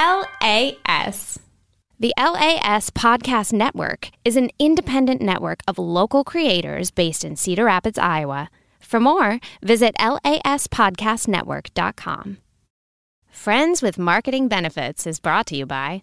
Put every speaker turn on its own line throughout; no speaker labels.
LAS.
The LAS Podcast Network is an independent network of local creators based in Cedar Rapids, Iowa. For more, visit laspodcastnetwork.com. Friends with Marketing Benefits is brought to you by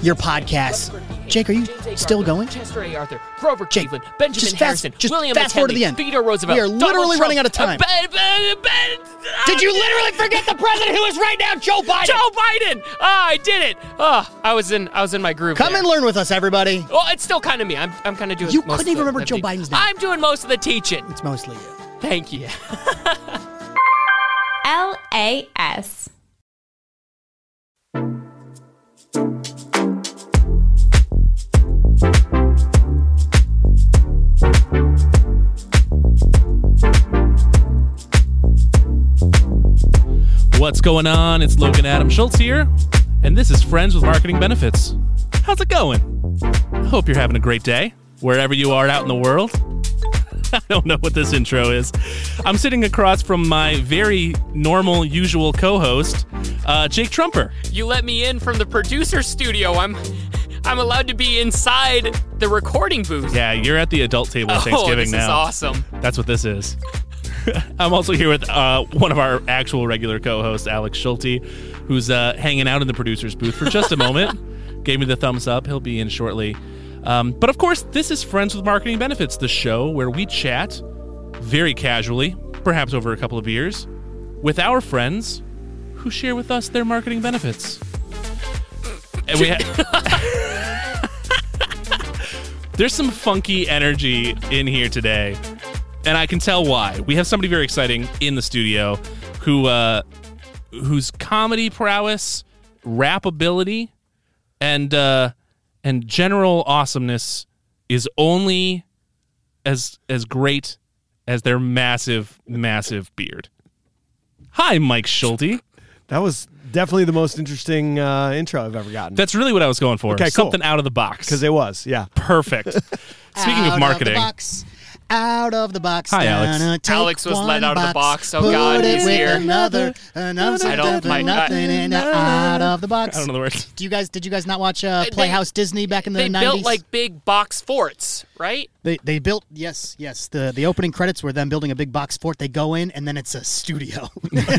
your podcasts. Jake, are you
James A.
still
Garfield,
going?
Chester A. Arthur, Grover
Jake,
Cleveland, Benjamin
just fast-
Harrison,
just
William
fast
F.
forward to the
Henley,
end.
Theodore Roosevelt.
We are
Donald
literally
Trump,
running out of time.
uh, Ben- Ben- Ben-
Did you literally forget the president who is right now, Joe Biden?
Joe Biden! Ah, I did it! Ah, I was in, I was in my groove.
Come
there.
and learn with us, everybody.
Well, it's still kind of me. I'm, I'm kind of doing.
You
most
couldn't
of
even
the-
remember
the
Joe
teach-
Biden's name.
I'm doing most of the teaching.
It's mostly you.
Thank you.
LAS.
What's going on? It's Logan Adam Schultz here, and this is Friends with Marketing Benefits. How's it going? I hope you're having a great day, wherever you are out in the world. I don't know what this intro is. I'm sitting across from my very normal, usual co host, uh, Jake Trumper.
You let me in from the producer studio. I'm, I'm allowed to be inside the recording booth.
Yeah, you're at the adult table at
oh,
Thanksgiving
this
now.
is awesome.
That's what this is. I'm also here with uh, one of our actual regular co-hosts, Alex Schulte, who's uh, hanging out in the producer's booth for just a moment. Gave me the thumbs up. He'll be in shortly. Um, but of course, this is Friends with Marketing Benefits, the show where we chat very casually, perhaps over a couple of beers, with our friends who share with us their marketing benefits. And we ha- There's some funky energy in here today and I can tell why. We have somebody very exciting in the studio who uh whose comedy prowess, rap ability, and uh and general awesomeness is only as as great as their massive, massive beard. Hi, Mike Schulte.
That was definitely the most interesting uh, intro I've ever gotten.
That's really what I was going for.
Okay, cool.
Something out of the box.
because it was, yeah.
Perfect. Speaking
Out
of marketing,
the box. Out of the box.
Hi, Alex.
Gonna take
Alex was
one
let out of the box. Oh,
put
God,
it
he's
with
here.
Another, another,
I don't- my- I-
nothing and out of the box.
I don't know the words.
Do you guys? Did you guys not watch uh,
They-
Playhouse Disney back in the
they
nineties?
built like big box forts, right?
they they built yes yes the the opening credits were them building a big box fort. They go in and then it's a studio.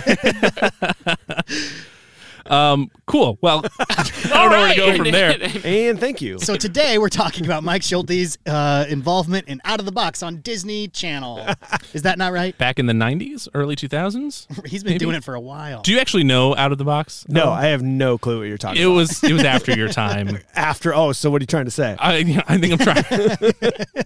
Cool. Well, I don't know where to go from there.
And thank you.
so today we're talking about Mike Schulte's uh, involvement in Out of the Box on Disney Channel. Is that not right?
Back in the 90s, early 2000s?
He's been
Maybe.
doing it for a while.
Do you actually know Out of the Box?
no,
Um,
I have no clue what you're talking
it
about.
was it was after your time.
After, oh, so what are you trying to say?
I you know, I think I'm trying.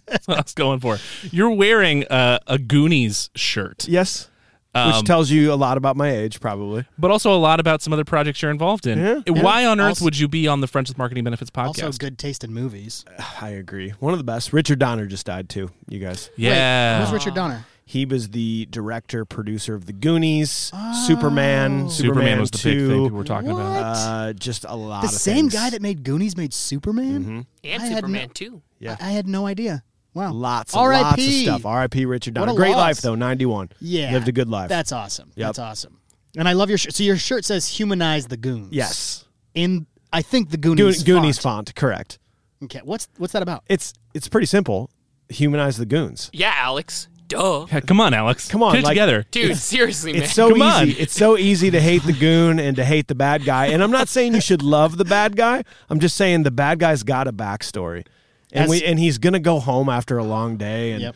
That's what I was going for. You're wearing uh, a Goonies shirt,
yes.
Um,
Which tells you a lot about my age, probably.
but also a lot about some other projects you're involved in.
Yeah.
Why on earth
Also-
would you be on the Friends with Marketing Benefits podcast?
also good taste in movies.
I agree. One of the best. Richard Donner just died, too, you guys.
Yeah.
Who's Richard Donner?
He was the director, producer of The Goonies,
Oh.
Superman, Superman,
Superman, was the
2,
big thing people were talking
What?
about.
Uh, just a lot
The
of
same
things. Mm-hmm.
guy that made Goonies made Superman.
And
I had
Superman
no-
too.
Yeah.
I, I had no idea. Wow,
Lots and
R.I.P.
lots of stuff. R.I.P. Richard
What
Donner.
a
Great
loss.
life, though, 91.
Yeah,
Lived a good life.
That's awesome.
Yep.
That's awesome. And I love your shirt. So your shirt says "Humanize the Goons."
Yes.
In I think the
Go-
Goonies.
Goonies
font.
font, correct.
Okay. What's what's that about?
It's it's pretty simple. Humanize the goons.
Yeah, Alex. Duh,
Yeah, come on, Alex.
Come on,
Get it
like-
together.
dude. seriously, man.
It's so
Come
easy.
on.
It's so easy to hate the goon and to hate the bad guy. And I'm not saying you should love the bad guy. I'm just saying the bad guy's got a backstory. And
As-
we and he's gonna go home after a long day and
Yep.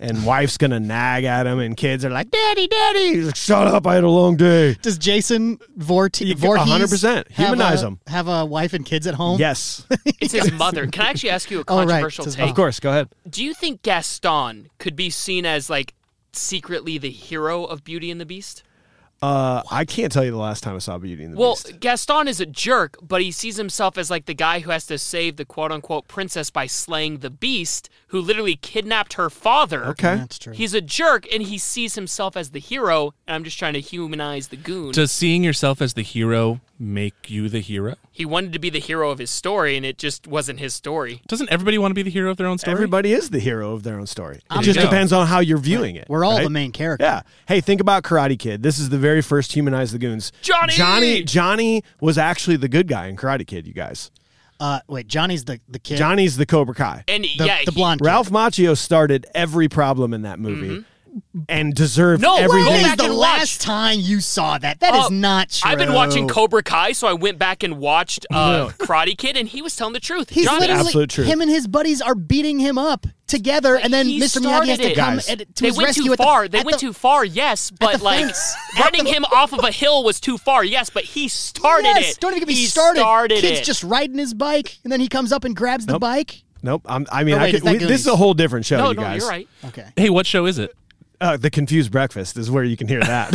and wife's gonna nag at him and kids are like, Daddy, Daddy. He's like, Shut up, I had a long day.
Does Jason Vorte-
You-
Voorhees
100%.
have
Humanize
a-
'em.
Have a wife and kids at home.
Yes.
It's his mother. Can I actually ask you a
Oh, right.
controversial
It's his
take?
of course, go ahead.
Do you think Gaston could be seen as like secretly the hero of Beauty and the Beast?
Uh, I can't tell you the last time I saw Beauty and the
Well,
Beast.
Gaston is a jerk, but he sees himself as like the guy who has to save the quote unquote princess by slaying the beast who literally kidnapped her father.
Okay.
That's true.
He's a jerk and he sees himself as the hero, and I'm just trying to humanize the goon.
Does seeing yourself as the hero make you the hero?
he wanted to be the hero of his story, and it just wasn't his story.
Doesn't everybody want to be the hero of their own story?
Everybody is the hero of their own story. It
you
just
go.
depends on how you're viewing it.
We're all
right?
the main character.
Yeah. Hey, think about Karate Kid. This is the very first humanize the goons.
Johnny!
Johnny Johnny was actually the good guy in Karate Kid, you guys.
Uh, wait, Johnny's the the kid.
Johnny's the Cobra Kai.
And
the,
yeah,
the
he-
blonde. kid.
Ralph Macchio started every problem in that movie and
Mm-hmm.
deserved
No way!
everything.
Go
That is
back
the
and watch.
last time you saw that. That is
Oh,
not true.
I've been watching Cobra Kai, so I went back and watched uh, Karate Kid, and he was telling the truth.
He's
Johnny,
literally
Absolute truth.
him and his buddies are beating him up together, and then
he
Mr. Miyagi has
started
to
it.
come
Guys.
and, to
they
his
went
rescue.
too
at the-
far. they
at
went
the-
too far, yes, but
the
like
fence. At the
running him off of a hill was too far, yes, but he started
Yes,
it.
don't even get me
he
started. Kid's
it.
just riding his bike, and then he comes up and grabs the
Nope.
bike.
Nope. I'm, I mean,
Oh, wait,
I
is
could,
that
we, this is a
Goonies?
whole different show,
no,
you
no,
guys.
you're right.
Okay,
Hey, what show is it?
Uh, the Confused Breakfast is where you can hear that.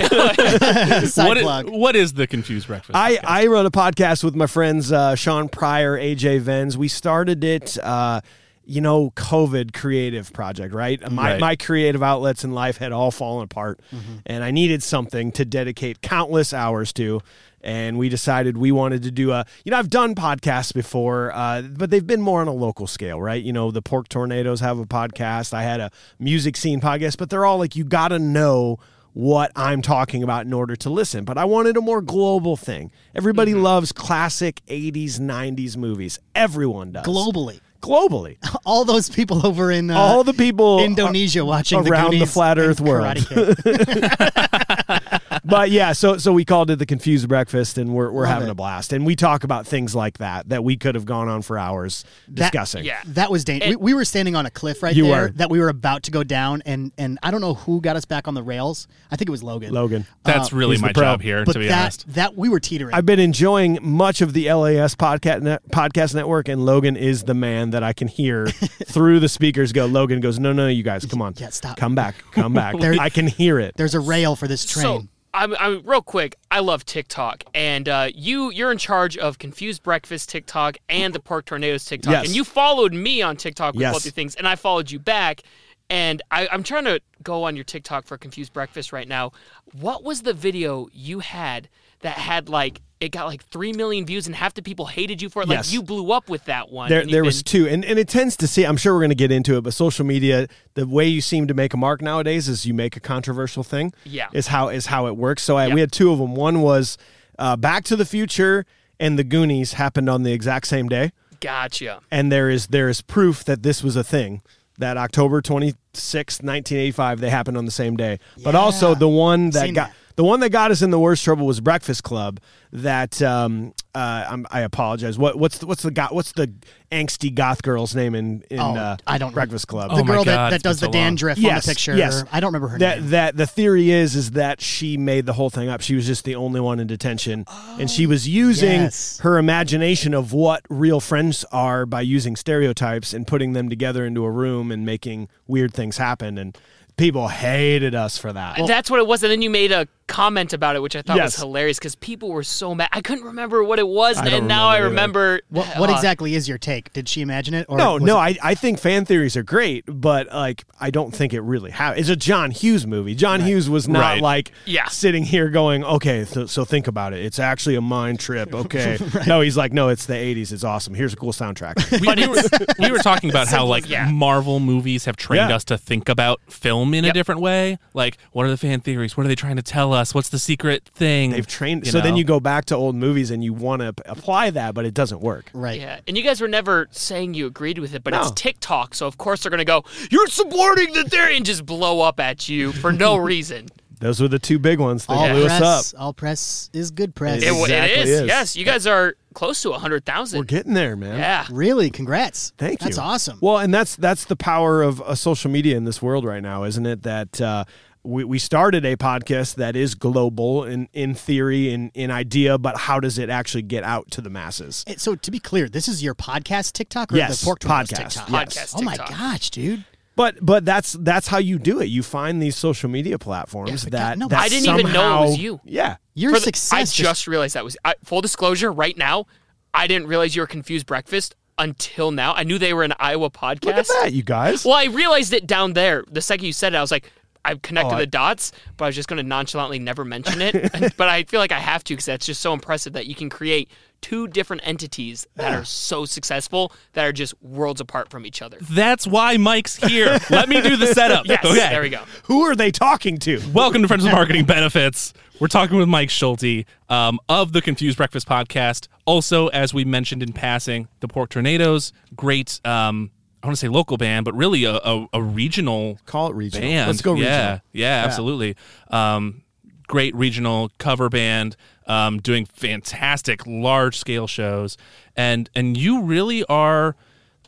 side
What i-
plug.
what is the Confused Breakfast?
I, I run a podcast with my friends uh, Sean Pryor, AJ Venz. We started it, uh, you know, COVID creative project, right? My,
Right.
my creative outlets in life had all fallen apart, and I needed something to dedicate countless hours to. And we decided we wanted to do a, you know, I've done podcasts before, uh, but they've been more on a local scale, right? You know, the Pork Tornadoes have a podcast. I had a music scene podcast, but they're all like, you got to know what I'm talking about in order to listen, but I wanted a more global thing. Everybody loves classic 80s, 90s movies. Everyone does.
Globally,
Globally.
all those people over in uh,
All the people
Indonesia watching
around the
the, Goonies
flat
and
earth world.
Karate Kid.
but yeah, so so we called it the Confused Breakfast, and we're we're having
it.
a blast, and we talk about things like that that we could have gone on for hours discussing.
yeah.
That was dangerous. We, we were standing on a cliff right
You
there
were.
that we were about to go down, and and I don't know who got us back on the rails. I think it was Logan.
Logan,
That's really
Uh, he's the
my
pro.
job here,
But
to be
that
honest.
that we were teetering.
I've been enjoying much of the LAS podcast net, podcast network, and Logan is the man that I can hear through the speakers. Go, Logan goes, no, no, you guys, come on,
Yeah, stop.
come back, come back.
There-
I can hear it.
There's a rail for this train.
So I'm, I'm real quick. I love TikTok, and uh, you you're in charge of Confused Breakfast TikTok and the Pork Tornadoes TikTok,
Yes.
and you followed me on TikTok with
Yes.
both your things, and I followed you back. And I, I'm trying to go on your TikTok for Confused Breakfast right now. What was the video you had that had like it got like three million views and half the people hated you for it? Like
Yes.
you blew up with that one.
There,
and you've
there was
been-
two, and, and it tends to see. I'm sure we're going to get into it, but social media, the way you seem to make a mark nowadays is you make a controversial thing.
Yeah.
is how is how it works. So I,
Yeah.
we had two of them. One was uh, Back to the Future and The Goonies happened on the exact same day,
gotcha.
and there is there is proof that this was a thing. That October 26th, 1985, they happened on the same day. But also the one that
Seen
got.
that.
The one that got us in the worst trouble was Breakfast Club. That um, uh, I'm, I apologize. What, what's the, what's the go- what's the angsty goth girl's name in in
Oh,
uh,
I don't-
Breakfast Club?
the
Oh my
girl
God,
that,
it's
that
been
does
so
the
long.
dandruff on
Yes,
the picture.
yes.
I don't remember her
that
name.
that the theory is is that she made the whole thing up. She was just the only one in detention, and she was using
Oh, yes.
her imagination of what real friends are by using stereotypes and putting them together into a room and making weird things happen. And people hated us for that.
That's what it was, and then you made a comment about it, which I thought
Yes.
was hilarious because people were so mad. I couldn't remember what it was,
don't
and now I
remember
remember.
what, what
uh,
exactly is your take? Did she imagine it? Or
no,
was
no,
it-
I, I think fan theories are great, but like I don't think it really happened. It's a John Hughes movie. John Hughes was not
Right.
like
Yeah.
sitting here going, okay, so, so think about it. It's actually a mind trip. Okay, no, he's like, no, it's the '80s. It's awesome. Here's a cool soundtrack.
we, we were, we were talking about how like
yeah.
Marvel movies have trained
Yeah.
us to think about film in a different way. Like, what are the fan theories? What are they trying to tell us? What's the secret thing?
They've trained.
You
so then
know?
you go back to old movies and you want to p- apply that, but it doesn't work.
Right.
Yeah, and you guys were never saying you agreed with it, but it's
No.
TikTok, so of course they're gonna go, "You're supporting the theory," and just blow up at you for no reason.
Those were the two big ones that
All
blew us up.
press. All press is good press.
It, w-
Exactly
it is,
is.
Yes, you guys are close to a hundred
We're
thousand.
getting there, man.
Yeah,
really, congrats.
Thank you.
That's awesome.
Well, and that's that's the power of uh, social media in this world right now, isn't it? That uh, we we started a podcast that is global in in theory and in idea, but how does it actually get out to the masses?
Eh, Hey, so to be clear, this is your podcast TikTok or
Yes,
the Pork Tornadoes
podcast,
TikTok?
yes. Podcast
Oh my
TikTok.
gosh, dude.
But but that's that's how you do it. You find these social media platforms
but
that,
God, no,
that
I
didn't even know it
somehow-
was you.
Yeah.
Your
For the-
success.
I
just-
just, realized that was I, full disclosure. Right now, I didn't realize you were confused breakfast until now. I knew they were an Iowa podcast.
Look at that, you guys.
Well, I realized it down there the second you said it. I was like, I've connected
Oh, I-
the dots, but I was just going to nonchalantly never mention it. but I feel like I have to because that's just so impressive that you can create two different entities that are so successful that are just worlds apart from each other.
That's why Mike's here. Let me do the setup.
Yes,
Oh,
okay.
there we go.
Who are they talking to?
Welcome to Friends of Marketing Benefits. We're talking with Mike Schulte um, of the Confused Breakfast podcast. Also, as we mentioned in passing, the Pork Tornadoes, great, um, I want to say local band, but really a, a, a regional
Call it regional.
band.
Let's go
Yeah,
regional.
yeah, absolutely. Um, great regional cover band, um, doing fantastic large scale shows, and and you really are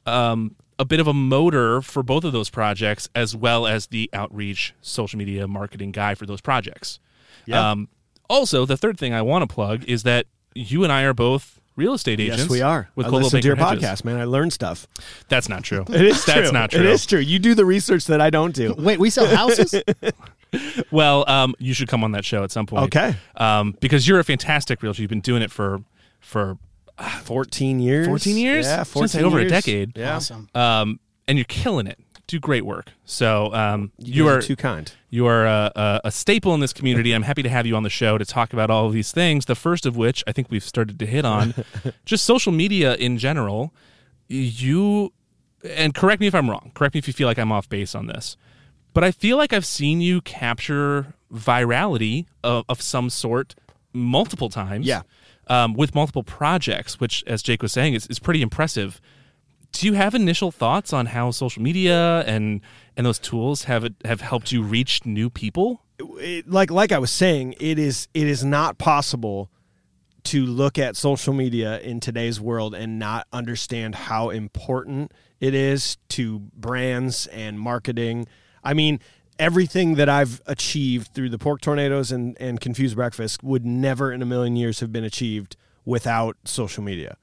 um, a bit of a motor for both of those projects, as well as the outreach social media marketing guy for those projects.
Yeah.
Um, also, the third thing I want to plug is that you and I are both real estate agents.
Yes, we are.
With
I
Coldwell
listen to your
Banker Hedges.
podcast, man. I learn stuff.
That's not true.
It is
That's
true.
not true.
It is true. You do the research that I don't do.
Wait, we sell houses?
Well, um, you should come on that show at some point.
Okay.
Um, because you're a fantastic realtor. You've been doing it for for
14 years.
14 years?
Yeah,
Since
14
over a
years.
decade.
Yeah.
Awesome.
um, and you're killing it. Do great work. So um, you,
guys
are
too kind.
You are a, a, a staple in this community. I'm happy to have you on the show to talk about all of these things. The first of which I think we've started to hit on, just social media in general. You and correct me if I'm wrong. Correct me if you feel like I'm off base on this, but I feel like I've seen you capture virality of, of some sort multiple times.
Yeah.
Um, with multiple projects, which, as Jake was saying, is, is pretty impressive do you have initial thoughts on how social media and and those tools have have helped you reach new people?
it, like like I was saying, it is it is not possible to look at social media in today's world and not understand how important it is to brands and marketing. I mean, everything that I've achieved through the pork tornadoes and and confused breakfast would never in a million years have been achieved without social media.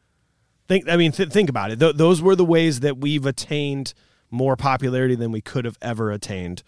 Think I mean th- think about it. Th- those were the ways that we've attained more popularity than we could have ever attained.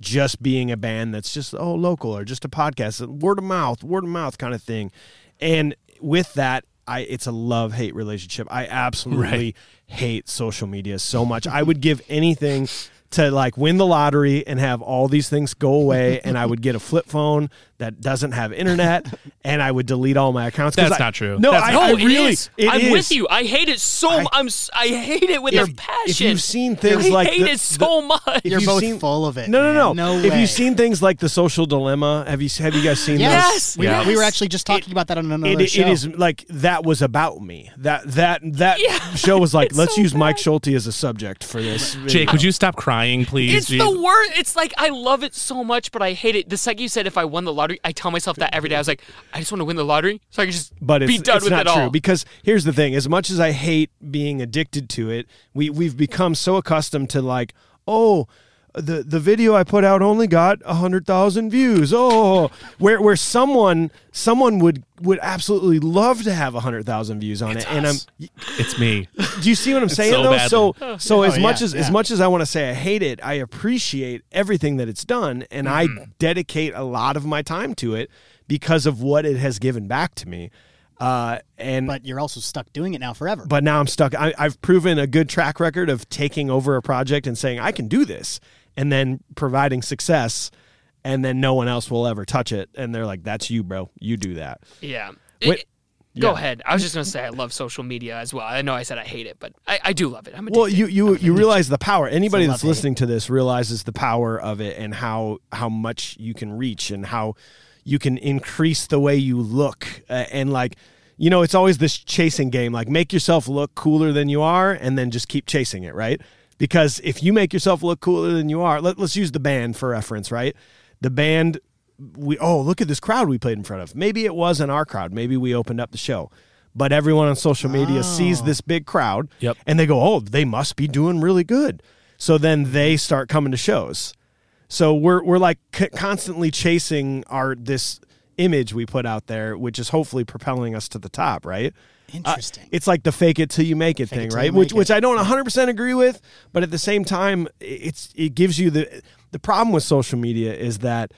Just being a band that's just oh local or just a podcast, word of mouth, word of mouth kind of thing. And with that, I it's a love hate relationship. I absolutely hate social media so much. I would give anything to like win the lottery and have all these things go away and I would get a flip phone that doesn't have internet and I would delete all my accounts 'Cause
That's
I-
not true.
No,
That's
I,
not
I
No, it
really
is.
it
I'm
is.
with you. I hate it so. I, am I hate it with a
If-
passion.
if you've seen things
I
like
hate
the-
it so much.
You're
you've
both
seen-
full of it.
No, no,
man.
no.
No
if
way.
you've seen things like the social dilemma, have you have you guys seen
Yes.
those?
We,
Yeah.
Were, we were actually just talking about that on another
It,
show.
it is like that was about me. That that that show was like, let's use Mike Schulte as a subject for this.
Jake, would you stop crying, please?
It's
Gee.
the worst. It's like I love it so much, but I hate it. The second you said if I won the lottery, I tell myself that every day. I was like, I just want to win the lottery so I can just
but it's,
be done
it's
with
not
it
true
all.
because here's the thing: as much as I hate being addicted to it, we we've become so accustomed to like, oh, the the video I put out only got hundred thousand views. Oh, where where someone someone would would absolutely love to have hundred thousand views on it, and I'm
It's me.
do you see what I'm saying
so
though?
badly.
So so as
Oh, yeah,
much as as
yeah.
much as I want to say I hate it, I appreciate everything that it's done and
Mm-hmm.
I dedicate a lot of my time to it because of what it has given back to me. Uh and but,
But you're also stuck doing it now forever.
now I'm stuck. I, I've proven a good track record of taking over a project and saying I can do this and then providing success and then no one else will ever touch it and they're like that's you bro you do that
yeah.
Wait-
It- go
yeah.
ahead. I was just gonna say I love social media as well. I know I said I hate it, but I, I do love it. I'm addicted.
Well, you you you realize the power. Anybody
It's a
that's
love-hate.
listening to this realizes the power of it and how how much you can reach and how you can increase the way you look uh, and like you know it's always this chasing game like make yourself look cooler than you are and then just keep chasing it right because if you make yourself look cooler than you are let, let's use the band for reference right the band we oh look at this crowd we played in front of maybe it wasn't our crowd maybe we opened up the show but everyone on social media sees this big crowd
Yep.
and they go, "Oh, they must be doing really good." So then they start coming to shows. So we're we're like c- constantly chasing our this image we put out there, which is hopefully propelling us to the top, right? Uh,
Interesting.
it's like the fake it till you make it
Fake it
thing,
till you
right? Which
make
which
it.
I don't 100% agree with, but at the same time, i- it's it gives you the the problem with social media is that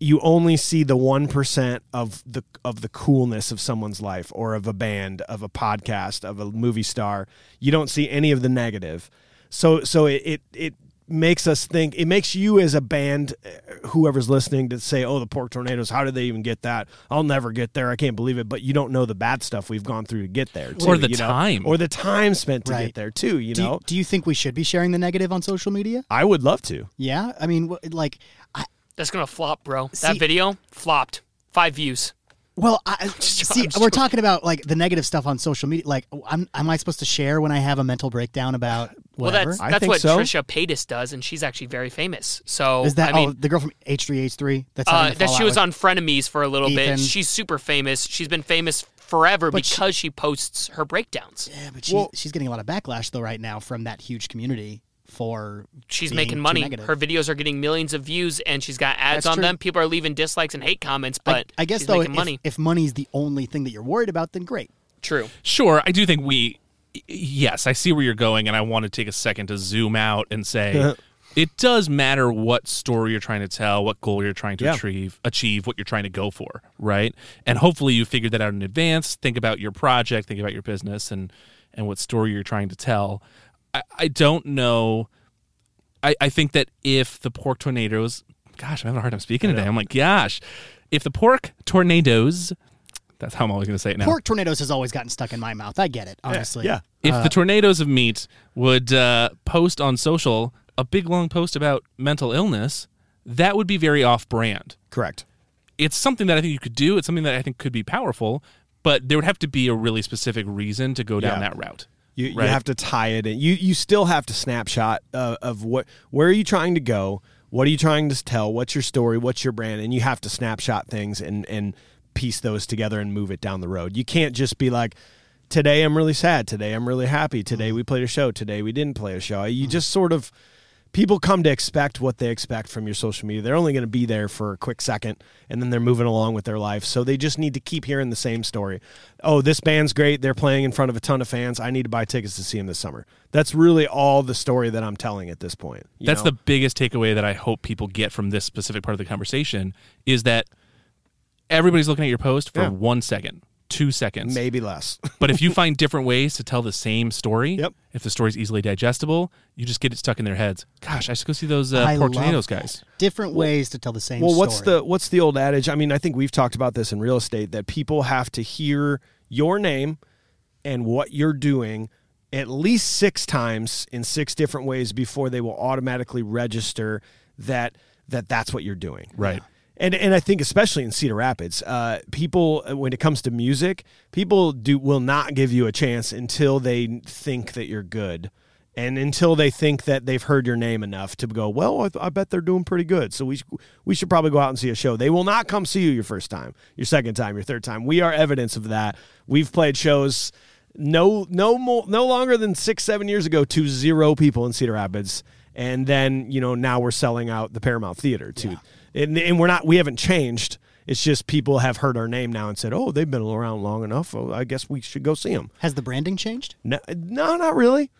you only see the 1% of the of the coolness of someone's life or of a band, of a podcast, of a movie star. You don't see any of the negative. So so it it, it makes us think it makes you as a band uh, whoever's listening to say oh the pork tornadoes how did they even get that i'll never get there i can't believe it but you don't know the bad stuff we've gone through to get there too,
Or the
you know?
time.
or the time spent to
Right.
get there too you
do,
know
you, do you think we should be sharing the negative on social media?
i would love to
Yeah, I mean, wh- like, I,
That's gonna flop, bro.
See-
that video flopped. Five views.
well, I, see,
I'm just
we're talking about like the negative stuff on social media. Like, I'm, am I supposed to share when I have a mental breakdown about
Well,
whatever?
that's
I
that's
think
what
so.
Trisha Paytas does, and she's actually very famous. So
Is
I
that
mean,
oh, the girl from H3H3? That's having
uh,
a
that
fallout
she was
with-
on Frenemies for a little bit.
Ethan.
She's super famous. She's been famous forever
But she-
because she, posts her breakdowns.
Yeah, but she's, she's getting a lot of backlash though right now from that huge community for
She's
being
making
too
money.
negative.
Her videos are getting millions of views, and she's got ads
That's
on
true.
them. People are leaving dislikes and hate comments,
I-
but
I, guess
she's
though,
making
if,
money.
if money's the only thing that you're worried about, then great.
True.
Sure, I do think we. y- Yes, I see where you're going, and I want to take a second to zoom out and say it does matter what story you're trying to tell, what goal you're trying to
Yeah.
achieve, achieve what you're trying to go for, right? And hopefully, you figured that out in advance. Think about your project, think about your business, and and what story you're trying to tell. I, I don't know. I, I think that if the pork tornadoes, gosh, I'm having a hard time speaking today. I'm like, gosh, if the pork tornadoes, that's how I'm always going to say it now.
Pork tornadoes has always gotten stuck in my mouth. I get it, honestly.
yeah
If the tornadoes of meat would uh, post on social a big long post about mental illness, that would be very off brand.
correct
It's something that I think you could do. It's something that I think could be powerful, but there would have to be a really specific reason to go down
Yeah.
that route.
You,
Right.
you have to tie it in. You you still have to snapshot uh, of what where are you trying to go? What are you trying to tell? What's your story? What's your brand? And you have to snapshot things and and piece those together and move it down the road. You can't just be like today I'm really sad, today I'm really happy, today we played a show, today we didn't play a show. You just sort of people come to expect what they expect from your social media. They're only going to be there for a quick second and then they're moving along with their life. So they just need to keep hearing the same story. Oh, this band's great. They're playing in front of a ton of fans. I need to buy tickets to see them this summer. That's really all the story that I'm telling at this point. you
That's
know?
the biggest takeaway that I hope people get from this specific part of the conversation is that everybody's looking at your post for
Yeah.
one second, two seconds.
maybe less.
But if you find different ways to tell the same story,
Yep.
if the story's easily digestible, you just get it stuck in their heads. Gosh, I should go see those uh,
I
pork
love
tornadoes
that.
guys.
Different ways to tell the same
well, what's
story.
the what's the old adage? I mean, I think we've talked about this in real estate that people have to hear your name and what you're doing at least six times in six different ways before they will automatically register that that that's what you're doing.
Right.
And and I think especially in Cedar Rapids, uh, people when it comes to music, people do will not give you a chance until they think that you're good. And until they think that they've heard your name enough to go, well, I, I bet they're doing pretty good. So we sh- we should probably go out and see a show. They will not come see you your first time, your second time, your third time. We are evidence of that. We've played shows no no more no longer than six seven years ago to zero people in Cedar Rapids, and then you know now we're selling out the Paramount Theater too, and, and we're not we haven't changed. It's just people have heard our name now and said, "Oh, they've been around long enough. Oh, I guess we should go see them."
Has the branding changed?
No, no not really.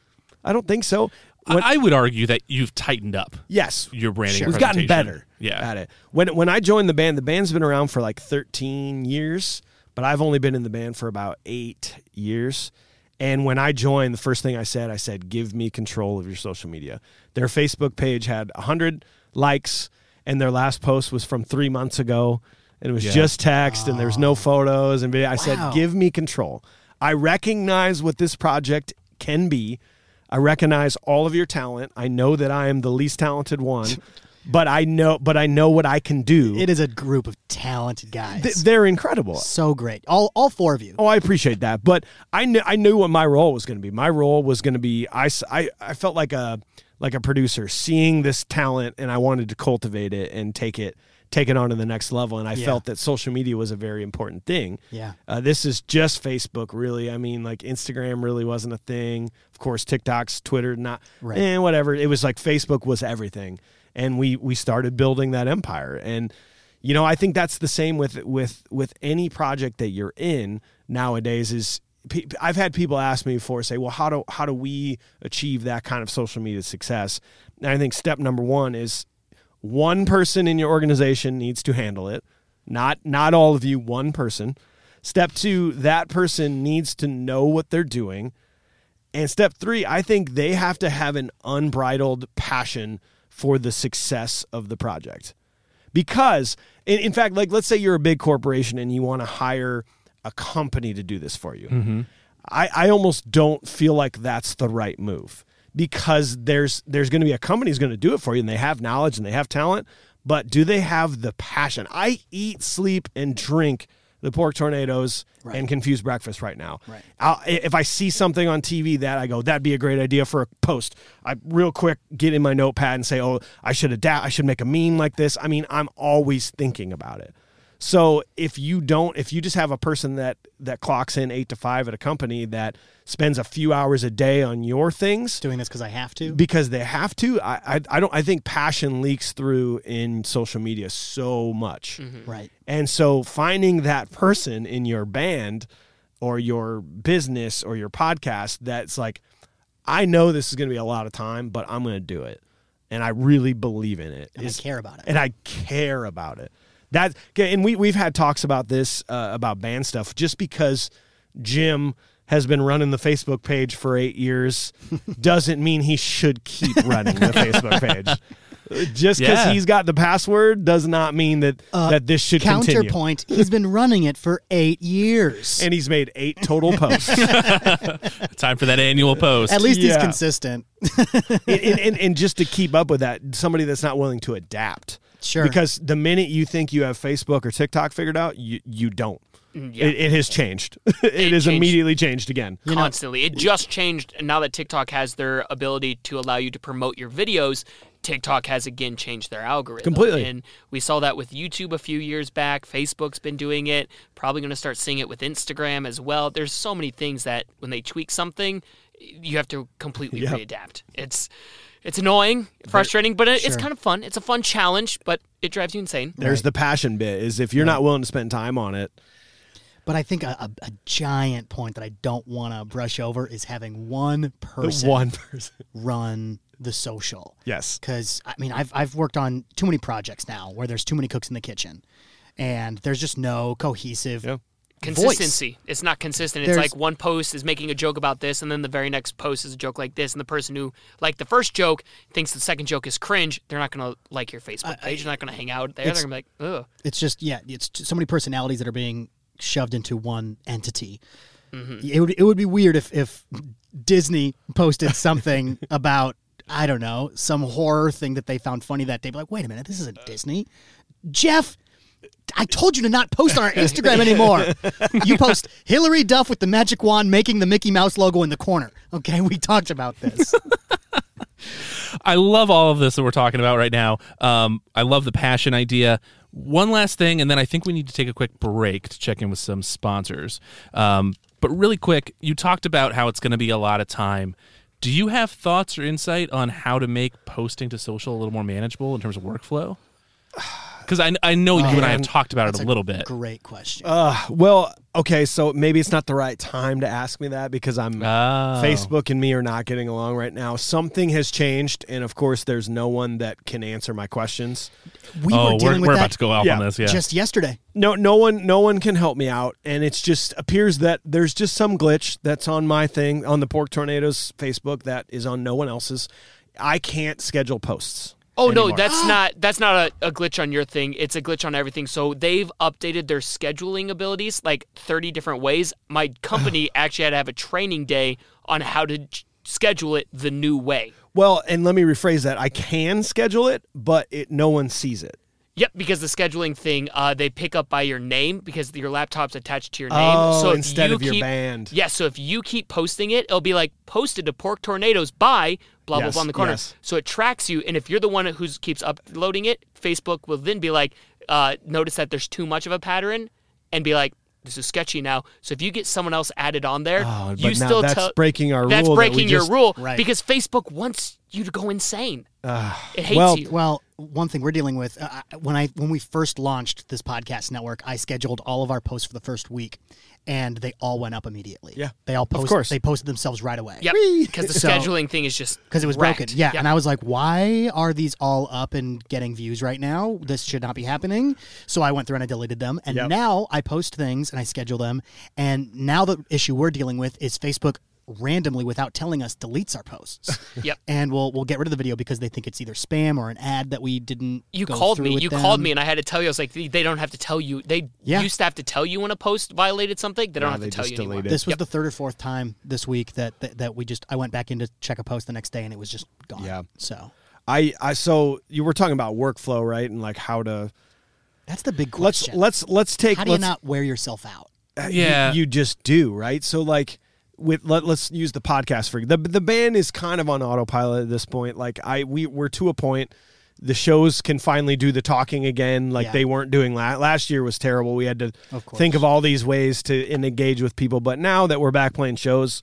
I don't think so. When-
I I would argue that you've tightened up
yes,
your branding.
We've gotten
presentation.
better
Yeah.
at it. When when I joined the band, the band's been around for like 13 years, but I've only been in the band for about 8 years. And when I joined, the first thing I said, I said, "Give me control of your social media." Their Facebook page had 100 likes and their last post was from 3 months ago and it was just text and there was no photos and video. I
Wow.
said, "Give me control. I recognize what this project can be." I recognize all of your talent. I know that I am the least talented one, but I know but I know what I can do.
It is a group of talented guys.
Th- they're incredible.
so great. All all four of you.
Oh, I appreciate that, but I knew I knew what my role was going to be. My role was going to be I, s- I- I felt like a like a producer seeing this talent and I wanted to cultivate it and take it take it on to the next level and I
Yeah.
felt that social media was a very important thing.
Yeah.
Uh, this is just Facebook really. I mean like Instagram really wasn't a thing. Of course TikTok's Twitter not eh,
Right.
and whatever. It was like Facebook was everything and we we started building that empire and you know i think that's the same with with with any project that you're in nowadays is pe- i've had people ask me before say well how do how do we achieve that kind of social media success and i think step number one is one person in your organization needs to handle it not not all of you one person step two that person needs to know what they're doing and step three, I think they have to have an unbridled passion for the success of the project. Because, in, in fact, like let's say you're a big corporation and you want to hire a company to do this for you. I, I almost don't feel like that's the right move because there's there's going to be a company who's going to do it for you and they have knowledge and they have talent, but do they have the passion? I eat, sleep, and drink the pork tornadoes and confused breakfast right now. Right. I'll, i- if I see something on TV that I go, that'd be a great idea for a post. I real quick get in my notepad and say, oh, I should adapt. I should make a meme like this. I mean, I'm always thinking about it. So if you don't, if you just have a person that that clocks in eight to five at a company that spends a few hours a day on your things
Doing this because I have to.
because they have to, I, I I don't I think passion leaks through in social media so much.
right.
And so finding that person in your band or your business or your podcast that's like, I know this is going to be a lot of time, but I'm going to do it. And I really believe in it.
And I
Is-
care about it.
and I care about it. That 'kay, and we we've had talks about this uh, about band stuff just because Jim has been running the Facebook page for eight years doesn't mean he should keep running the Facebook page. Just because
Yeah.
he's got the password does not mean that
Uh,
that this should continue.
Counterpoint, he's been running it for eight years.
And he's made eight total posts.
Time for that annual post.
At least he's
Yeah.
consistent.
and, and, and, and just to keep up with that, somebody that's not willing to adapt.
Sure.
Because the minute you think you have Facebook or TikTok figured out, you, you don't. It, it has changed. it has
changed.
immediately changed again.
constantly. it just changed and now that TikTok has their ability to allow you to promote your videos. TikTok has again changed their algorithm
Completely.
and we saw that with YouTube a few years back. Facebook's been doing it. Probably going to start seeing it with Instagram as well. There's so many things that when they tweak something, you have to completely readapt. It's it's annoying, frustrating, but it, it's kind of fun. It's a fun challenge, but it drives you insane.
There's the passion bit is if you're not willing to spend time on it,
But I think a, a, a giant point that I don't want to brush over is having one person
one person.
run the social.
Yes.
Because, I mean, I've, I've worked on too many projects now where there's too many cooks in the kitchen and there's just no cohesive.
Yeah.
voice.
consistency. It's not consistent. It's
There's-
like one post is making a joke about this, and then the very next post is a joke like this, and the person who liked the first joke thinks the second joke is cringe. They're not gonna like your Facebook page. They're not gonna hang out there. They're gonna be like, ugh.
It's just, yeah, it's just so many personalities that are being shoved into one entity. It, would, it would be weird if, if Disney posted something about, I don't know, some horror thing that they found funny that day. Be like, wait a minute, this isn't Disney. Jeff, I told you to not post on our Instagram anymore. You post Hillary Duff with the magic wand making the Mickey Mouse logo in the corner. Okay, we talked about this.
I love all of this that we're talking about right now. Um, I love the passion idea. One last thing, and then I think we need to take a quick break to check in with some sponsors. Um, but really quick, you talked about how it's going to be a lot of time. Do you have thoughts or insight on how to make posting to social a little more manageable in terms of workflow? Because I, I know you and I have talked about it a little bit.
Great question.
Uh, well, okay, so maybe it's not the right time to ask me that because I'm
Oh.
Facebook and me are not getting along right now. Something has changed, and of course, there's no one that can answer my questions.
we
oh,
were
we're,
dealing
we're
with
about
that
to go off on
Yeah,
this. Yeah.
just yesterday.
no no one no one can help me out and it's just appears that there's just some glitch that's on my thing on the pork tornadoes facebook that is on no one else's i can't schedule posts
Oh no,
anymore.
that's not that's not a, a glitch on your thing. It's a glitch on everything. So they've updated their scheduling abilities like thirty different ways. My company actually had to have a training day on how to j- schedule it the new way.
well and let me rephrase that i can schedule it but it no one sees it
Yep, because the scheduling thing, uh, they pick up by your name because your laptop's attached to your name.
Oh,
so if
instead
you
of your
keep-
band.
Yeah, so if you keep posting it, it'll be like posted to Pork Tornadoes by blah blah
Yes,
blah on the corner.
yes.
So it tracks you, and if you're the one who keeps uploading it, Facebook will then be like, uh, notice that there's too much of a pattern, and be like. This is sketchy now. So if you get someone else added on there,
Oh, but
you
now
still
that's
tell-
breaking our
that's
rule that we
breaking your
just-
rule
Right.
because Facebook wants you to go insane. it hates
well,
you.
Well, one thing we're dealing with uh, I- when I when we first launched this podcast network, I scheduled all of our posts for the first week, and they all went up immediately.
Yeah.
they all posted.
course.
they posted themselves right away.
Yep. Because the
So-
scheduling thing is just
because it was
wrecked.
broken. Yeah,
Yep.
and I was like, why are these all up and getting views right now? This should not be happening. So I went through and I deleted them, and
Yep.
now I post things and I schedule them. And now the issue we're dealing with is Facebook randomly without telling us deletes our posts.
Yep.
And we'll we'll get rid of the video because they think it's either spam or an ad that we didn't.
you
go
called
through
me.
with
You
them.
called me, and I had to tell you. I was like, they they don't have to tell you. They
Yeah.
used to have to tell you when a post violated something. They don't
Now
have
they
to tell
just
you anymore.
delete it.
This was the third or fourth time this week that, that that we just I went back in to check a post the next day and it was just gone.
Yeah.
So
I, I so you were talking about workflow, right? And like how to
that's the big
let's
question.
let's let's take
How do you
let's,
not wear yourself out?
Yeah.
you just do right so like with let, let's use the podcast for the the band is kind of on autopilot at this point like i we we're to a point the shows can finally do the talking again like
Yeah.
they weren't doing last last year was terrible we had to
Of course.
think of all these ways to and engage with people but now that we're back playing shows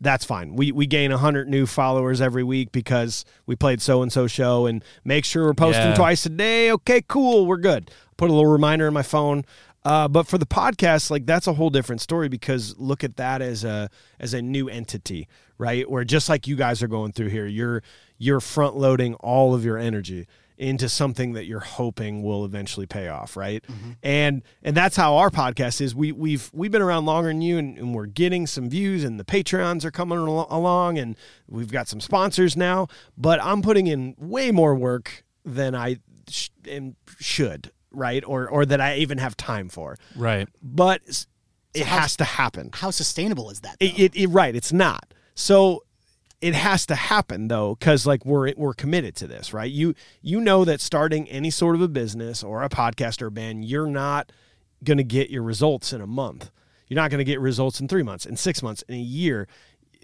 that's fine. We we gain 100 new followers every week because we played so and so show and make sure we're posting
Yeah.
twice twice a day. Okay, cool. We're good. Put a little reminder in my phone. Uh, but for the podcast, like that's a whole different story because look at that as a as a new entity, right? Where just like you guys are going through here, you're you're front loading all of your energy into something that you're hoping will eventually pay off, right? And and that's how our podcast is. We we've we've been around longer than you, and, and we're getting some views, and the Patreons are coming al- along, and we've got some sponsors now. But I'm putting in way more work than I sh- am, should, right? Or or that I even have time for.
Right.
But s- it has to happen.
How sustainable is that? though?
It, it, it right, it's not. So it has to happen though cuz like we're we're committed to this, right? You you know that starting any sort of a business or a podcast or a band, you're not going to get your results in a month. You're not going to get results in 3 months, in 6 months, in a year.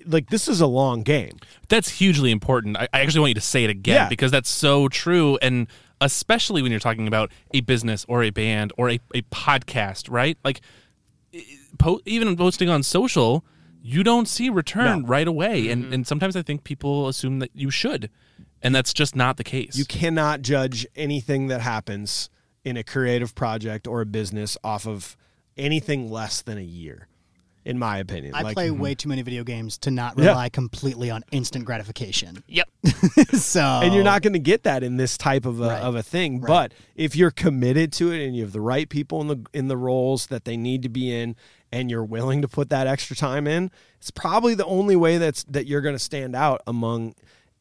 Like this is a long game.
That's hugely important. I, I actually want you to say it again
Yeah.
because that's so true. And especially when you're talking about a business or a band or a, a podcast, right? Like, i- po- even posting on social, you don't see return right away. And, and sometimes I think people assume that you should. And that's just not the case.
You cannot judge anything that happens in a creative project or a business off of anything less than a year, in my opinion.
I
Like,
play
mm-hmm.
way too many video games to not
Yeah.
rely completely on instant gratification.
Yep.
so
and you're not going to get that in this type of a, of a thing. But if you're committed to it and you have the right people in the in the roles that they need to be in, and you're willing to put that extra time in, it's probably the only way that's that you're going to stand out among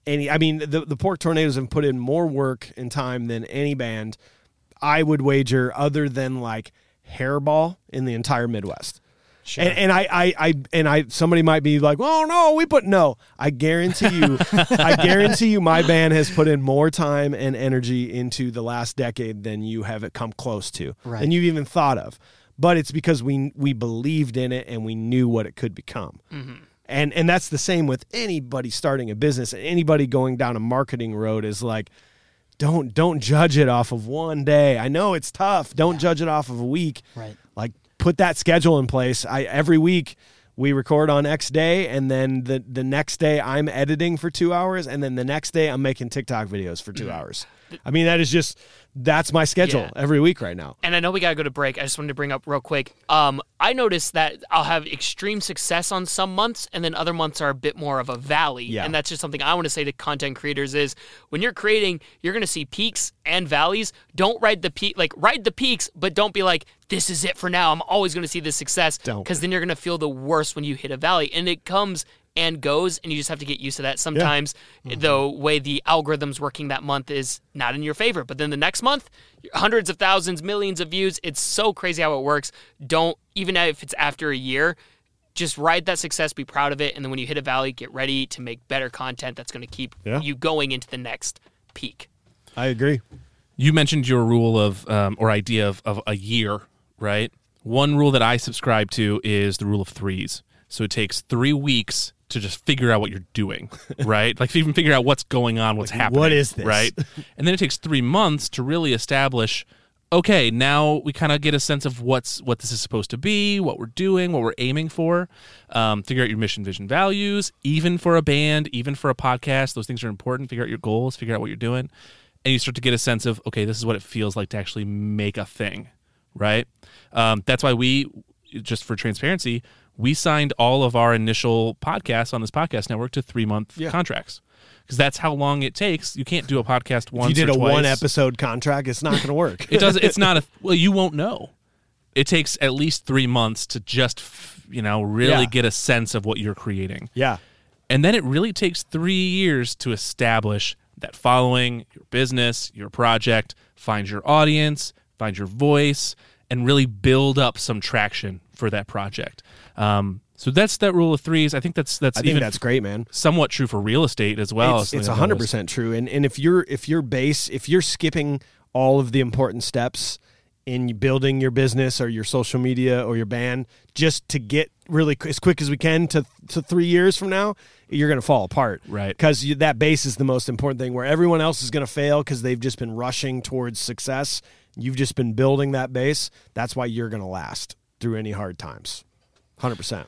any. I mean, the the Pork Tornadoes have put in more work and time than any band. I would wager, other than like hairball in the entire Midwest. And, and I, I, I, and I, somebody might be like, "Oh no, we put no." I guarantee you, I guarantee you, my band has put in more time and energy into the last decade than you have come close to,
Right.
than you've even thought of. But it's because we we believed in it and we knew what it could become. And and that's the same with anybody starting a business and anybody going down a marketing road is like, don't don't judge it off of one day. I know it's tough. Don't judge it off of a week.
Right.
Like put that schedule in place. I every week we record on X day and then the the next day I'm editing for 2 hours and then the next day I'm making TikTok videos for 2 hours. I mean that is just that's my schedule
Yeah.
every week right now.
and I know we gotta go to break. I just wanted to bring up real quick. Um, I noticed that I'll have extreme success on some months, and then other months are a bit more of a valley.
Yeah.
And that's just something I want to say to content creators is when you're creating, you're gonna see peaks and valleys. Don't ride the peak, like ride the peaks, but don't be like this is it for now. I'm always gonna see this success.
Don't.
because then you're gonna feel the worst when you hit a valley, and it comes. And goes, and you just have to get used to that. Sometimes the way the algorithm's working that month is not in your favor, but then the next month, hundreds of thousands, millions of views. It's so crazy how it works. Don't even if it's after a year, just ride that success, be proud of it, and then when you hit a valley, get ready to make better content that's going to keep
Yeah.
you going into the next peak.
I agree.
You mentioned your rule of um, or idea of, of a year, right? One rule that I subscribe to is the rule of threes. So it takes three weeks to just figure out what you're doing, right? like to even figure out what's going on, what's happening.
what is this?
Right. And then it takes three months to really establish, okay, now we kind of get a sense of what's what this is supposed to be, what we're doing, what we're aiming for. Um, figure out your mission, vision, values, even for a band, even for a podcast. Those things are important. Figure out your goals, figure out what you're doing. and you start to get a sense of okay, this is what it feels like to actually make a thing, right? Um, that's why we, just for transparency, we signed all of our initial podcasts on this podcast network to three month contracts because that's how long it takes. You can't do a podcast once.
you did
or
a
twice.
one episode contract, it's not going to work.
It does. It's not a. Well, you won't know. It takes at least three months to just, f- you know, really
Yeah.
get a sense of what you're creating.
yeah.
And then it really takes three years to establish that following, your business, your project, find your audience, find your voice, and really build up some traction for that project. Um, so that's that rule of threes. I think that's that's
I think
even
that's great, man.
somewhat true for real estate as well.
it's,
as
it's
I've
hundred
noticed.
percent true. And and if you're if your base if you're skipping all of the important steps in building your business or your social media or your band just to get really qu- as quick as we can to to three years from now, you're gonna fall apart,
Right.
Because that base is the most important thing. Where everyone else is gonna fail because they've just been rushing towards success. You've just been building that base. That's why you're gonna last through any hard times. Hundred percent.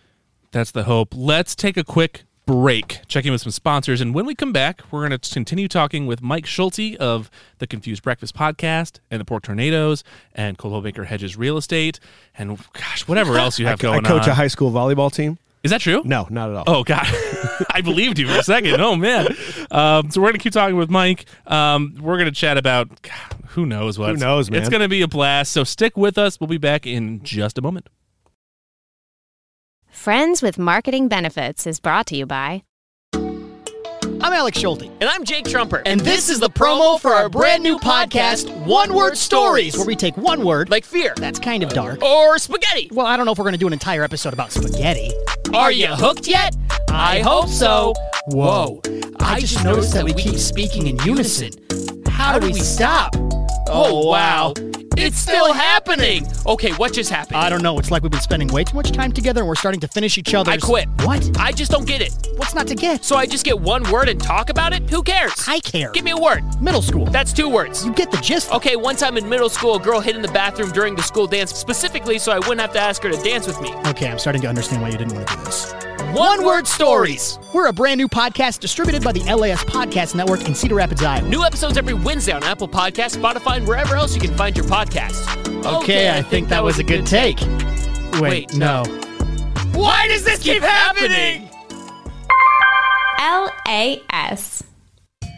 That's the hope. Let's take a quick break, check in with some sponsors. And when we come back, we're going to continue talking with Mike Schulte of the Confused Breakfast podcast and the Pork Tornadoes and Coldwell Baker Hedges Real Estate and gosh, whatever else you have
I
going
coach
on.
a high school volleyball team.
Is that true?
No, not at all.
Oh God, I believed you for a second. Oh man. Um, so we're gonna keep talking with Mike. Um, we're gonna chat about God, who knows what.
Who knows, man?
It's gonna be a blast. So stick with us. We'll be back in just a moment.
Friends with Marketing Benefits is brought to you by
I'm Alex Schulte.
And I'm Jake Trumper.
And this is the promo for our brand new podcast, One Word Stories, where we take one word,
like fear
that's kind of dark.
or spaghetti.
Well, I don't know if we're going to do an entire episode about spaghetti.
Are you hooked yet? I hope so.
Whoa. I just noticed that we keep speaking in unison. How do we stop?
Oh wow. It's still happening. Okay, what just happened?
I don't know. It's like we've been spending way too much time together and we're starting to finish each other.
I quit.
What?
I just don't get it.
What's not to get?
So I just get one word and talk about it? Who cares?
I care.
Give me a word.
Middle school.
That's two words.
you get the gist.
Okay, one time in middle school, a girl hid in the bathroom during the school dance specifically so I wouldn't have to ask her to dance with me.
Okay, I'm starting to understand why you didn't want to do this.
One word stories.
We're a brand new podcast distributed by the LAS Podcast Network in Cedar Rapids, Iowa.
New episodes every Wednesday on Apple Podcasts, Spotify, and wherever else you can find your podcasts.
take. Wait,
Wait,
no.
Why does this keep happening?
L A S.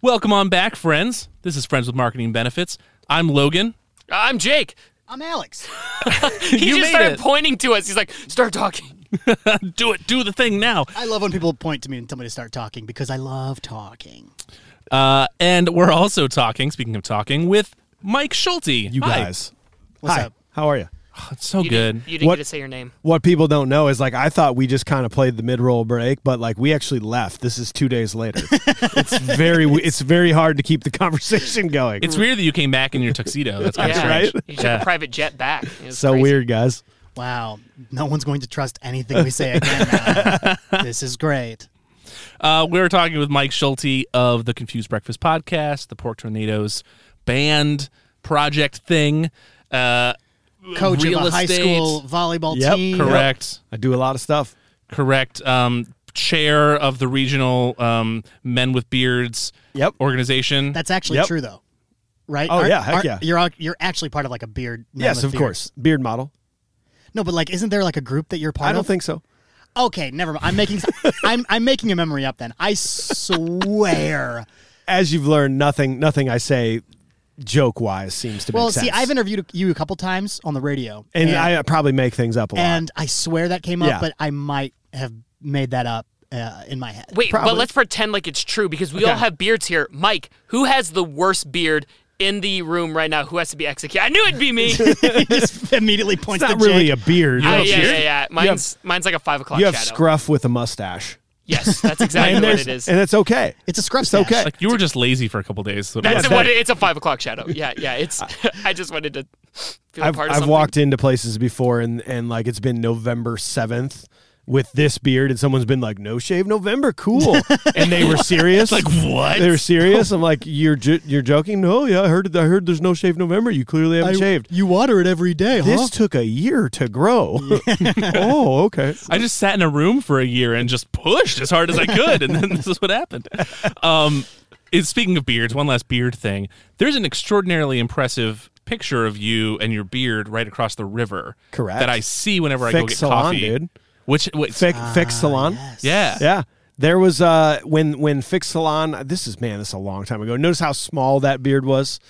Welcome on back, friends. This is Friends with Marketing Benefits. I'm Logan.
I'm Jake.
I'm Alex.
He
You
just
made
started
it.
pointing to us. He's like, start talking.
do it. Do the thing now.
I love when people point to me and tell me to start talking because I love talking.
Uh, and we're also talking, speaking of talking, with Mike Schulte.
You
Hi.
guys.
What's
Hi.
up?
How are you?
Oh, it's so
You
good.
Didn't, you didn't
What-
get to say your name.
What people don't know is like I thought we just kind of played the mid-roll break, but like we actually left. This is 2 days later. it's very it's very hard to keep the conversation going.
It's weird that you came back in your tuxedo. That's kind of
Yeah.
strange.
right.
You took
Yeah.
a private jet back. It was
so
crazy.
weird, guys.
Wow. No one's going to trust anything we say again. now. this is great.
Uh, we were talking with Mike Schulte of the Confused Breakfast podcast, the Pork Tornadoes band project thing. Uh,
Coach
Real
of a high
estate.
school volleyball
Yep,
team.
correct.
I do a lot of stuff.
Correct. Um, chair of the regional um, Men with Beards
Yep.
organization.
That's actually
Yep.
true, though. Right?
Oh, yeah, heck yeah.
You're ac- you're actually part of like a beard. man
yes,
with
of
beards.
course. Beard model.
No, but like, isn't there like a group that you're part
I don't
of?
think so.
Okay, never mind. I'm making I'm I'm making a memory up. Then I swear.
As you've learned, nothing nothing I say joke wise seems to
Well,
make sense.
see, I've interviewed you a couple times on the radio,
and I uh, probably make things up a lot.
and I swear that came
Yeah.
up, but I might have made that up uh, in my head.
Wait,
Probably.
but let's pretend like it's true because we all have beards here. Mike, who has the worst beard in the room right now? Who has to be executed? I knew it'd be me.
he just immediately
it's
points.
not
to Jake.
really a beard.
yeah,
have
yeah,
beard?
yeah, yeah. Mine's mine's like a five o'clock
you have
shadow.
scruff with a mustache,
yes, that's exactly
and
what
there's
it is.
and it's okay.
It's a scrub.
It's okay.
Like you were just lazy for a couple days. so-
That's
Yeah.
what it, it's a five o'clock shadow. Yeah, yeah. It's I just wanted to feel
I've,
part of
I've
something.
walked into places before and and like it's been November seventh with this beard and someone's been like no shave November cool and they were serious
Like what?
they were serious I'm like you're jo- you're joking no yeah I heard I heard there's no shave November you clearly haven't shaved
You water it every day,
this took a year to grow oh okay
I just sat in a room for a year and just pushed as hard as I could, and then this is what happened. Um, is speaking of beards, one last beard thing. There's an extraordinarily impressive picture of you and your beard right across the river.
Correct.
That I see whenever I go
Fake
get
salon,
coffee.
dude.
Which wait,
Fix, fix salon
yeah.
Yeah. There was uh when when Fix Salon this is man, this is a long time ago. Notice how small that beard was.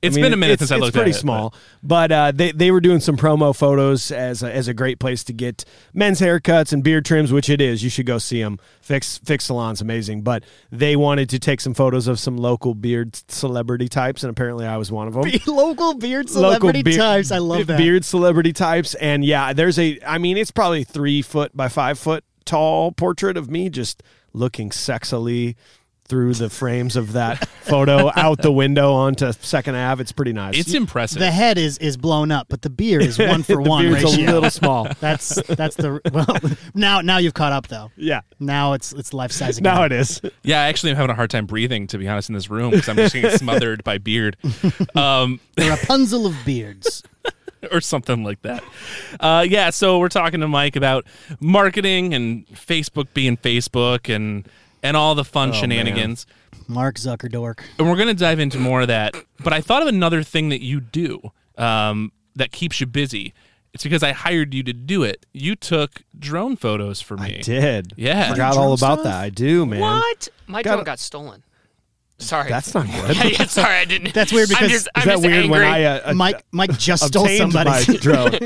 It's
It's
been a minute since I looked
It's pretty
at it,
small, but, uh, they they were doing some promo photos as a, as a great place to get men's haircuts and beard trims, which it is. You should go see them. Fix Fix Salon's amazing, but they wanted to take some photos of some local beard celebrity types, and apparently I was one of them
Local beard celebrity
beard-
types. I love
be-
that.
beard celebrity types and yeah there's a i mean it's probably three foot by five foot tall portrait of me just looking sexily through the frames of that photo out the window onto second ave it's pretty nice
It's impressive.
The head is is blown up, but the beard is one for
the
one
beard's
ratio.
a little small
that's that's the well. Now now you've caught up though.
yeah
Now it's it's life size again.
now it is
yeah, I actually am having a hard time breathing, to be honest, in this room because I'm just getting smothered by beard. Um,
The Rapunzel of beards.
or something like that. Uh, yeah, so we're talking to Mike about marketing and Facebook being Facebook and and all the fun shenanigans.
Mark Zuckerdork.
And we're going to dive into more of that. But I thought of another thing that you do um, that keeps you busy. It's because I hired you to do it. You took drone photos for me.
i did
Yeah.
forgot all about that i do man
What? My
Gotta-
drone got stolen. Sorry.
that's not good
yeah, yeah, sorry, I didn't.
That's weird
I'm
because-
just,
is
I'm
is that
just
weird
angry.
when i uh, uh,
Mike Mike just stole
obtained my
somebody's
drone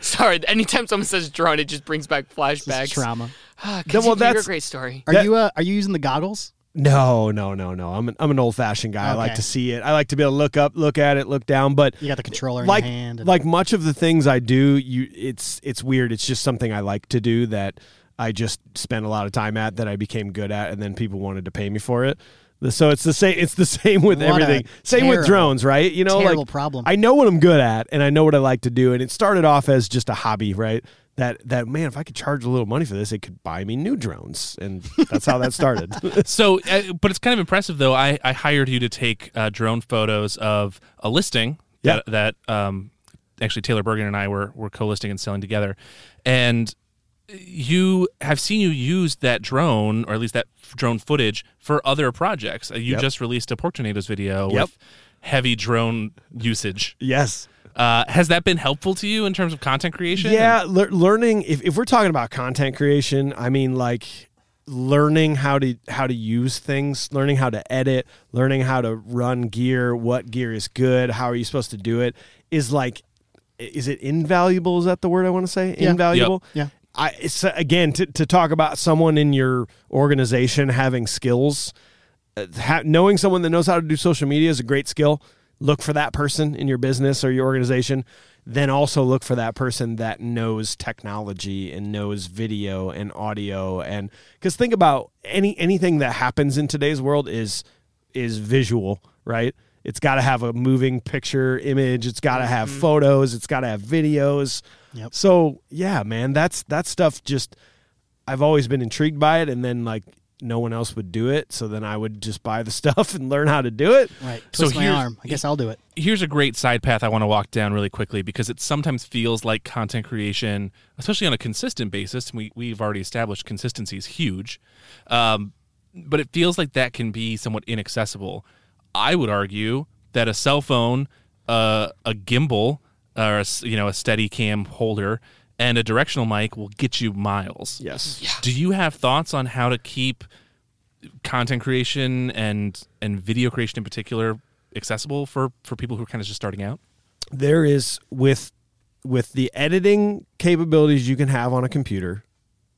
Sorry, anytime someone says drone, it just brings back flashbacks.
trauma.
Ah,
Then, well,
continue your
that's-
great story.
Are
That-
you uh, are you using the goggles?
No, no, no, no. I'm an, I'm an old fashioned guy. I like
Okay.
to see it. I like to be able to look up, look at it, look down. But
You got the controller in
like
your hand. and-
like much of the things I do, you it's it's weird. It's just something I like to do that I just spent a lot of time at that I became good at, and then people wanted to pay me for it. The- So it's the same. It's the same with
What a
everything. Same
terrible,
with drones, right? You know,
terrible
like
problem.
I know what I'm good at, and I know what I like to do. And it started off as just a hobby, right? That that man, if I could charge a little money for this, it could buy me new drones, and that's how that started.
So, uh, but it's kind of impressive though. I, I hired you to take uh, drone photos of a listing
Yeah.
that, that um, actually Taylor Bergen and I were, were co-listing and selling together. And you have seen you use that drone or at least that f- drone footage for other projects. Uh, You
Yep.
just released a Pork Tornadoes video
Yep.
with heavy drone usage.
yes.
Uh, has that been helpful to you in terms of content creation?
Yeah, lear- learning. If, if we're talking about content creation, I mean like learning how to how to use things, learning how to edit, learning how to run gear, what gear is good, how are you supposed to do it, is like, is it invaluable? Is that the word I want to say?
Yeah.
Invaluable.
Yeah.
I it's, again to, to talk about someone in your organization having skills ha- knowing someone that knows how to do social media is a great skill. Look for that person in your business or your organization. Then also look for that person that knows technology and knows video and audio and because think about any anything that happens in today's world is is visual, right? It's got to have a moving picture image. It's got to have photos. It's got to have videos.
Yep.
So yeah, man, that's that stuff just I've always been intrigued by it, and then like no one else would do it, so then I would just buy the stuff and learn how to do it.
right.
So
Twist my
here's-
arm. I guess I'll do it.
here's a great side path I want to walk down really quickly because it sometimes feels like content creation, especially on a consistent basis, and we, we've already established consistency is huge, um, but it feels like that can be somewhat inaccessible. I would argue that a cell phone, uh, a gimbal, or a, s- you know a steady cam holder, and a directional mic will get you miles.
Yes.
Do you have thoughts on how to keep content creation and and video creation in particular accessible for for people who are kind of just starting out?
there is with with the editing capabilities you can have on a computer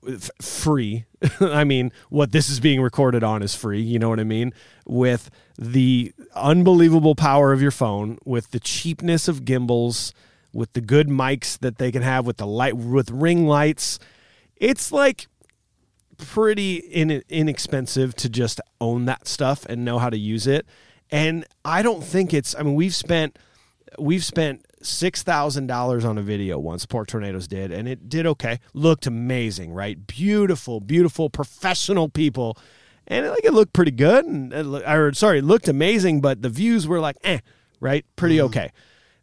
f- free i mean what this is being recorded on is free you know what i mean with the unbelievable power of your phone with the cheapness of gimbals with the good mics that they can have with the light with ring lights it's like pretty in, inexpensive to just own that stuff and know how to use it. And I don't think it's. I mean, we've spent we've spent six thousand dollars on a video once. Poor tornadoes did, and it did okay. Looked amazing, right? Beautiful, beautiful, professional people, and it, like it looked pretty good. And it look, or sorry, it looked amazing, but the views were like, eh, right? Pretty
Mm-hmm.
okay.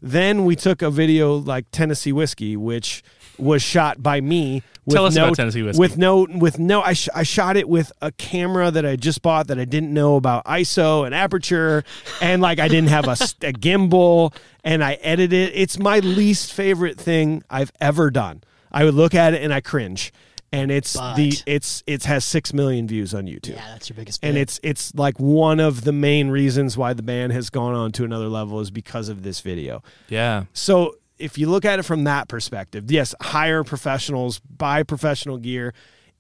Then we took a video like Tennessee whiskey, which was shot by me. With
Tell us
no,
about Tennessee Whiskey.
With with no with no I, sh- I shot it with a camera that i just bought that i didn't know about iso and aperture and like i didn't have a, s- a gimbal and i edited it it's my least favorite thing i've ever done i would look at it and i cringe and it's the
But-
it's it has six million views on youtube
Yeah, that's your biggest.
and
bit.
it's it's like one of the main reasons why the band has gone on to another level is because of this video
Yeah.
so if you look at it from that perspective, yes, hire professionals, buy professional gear.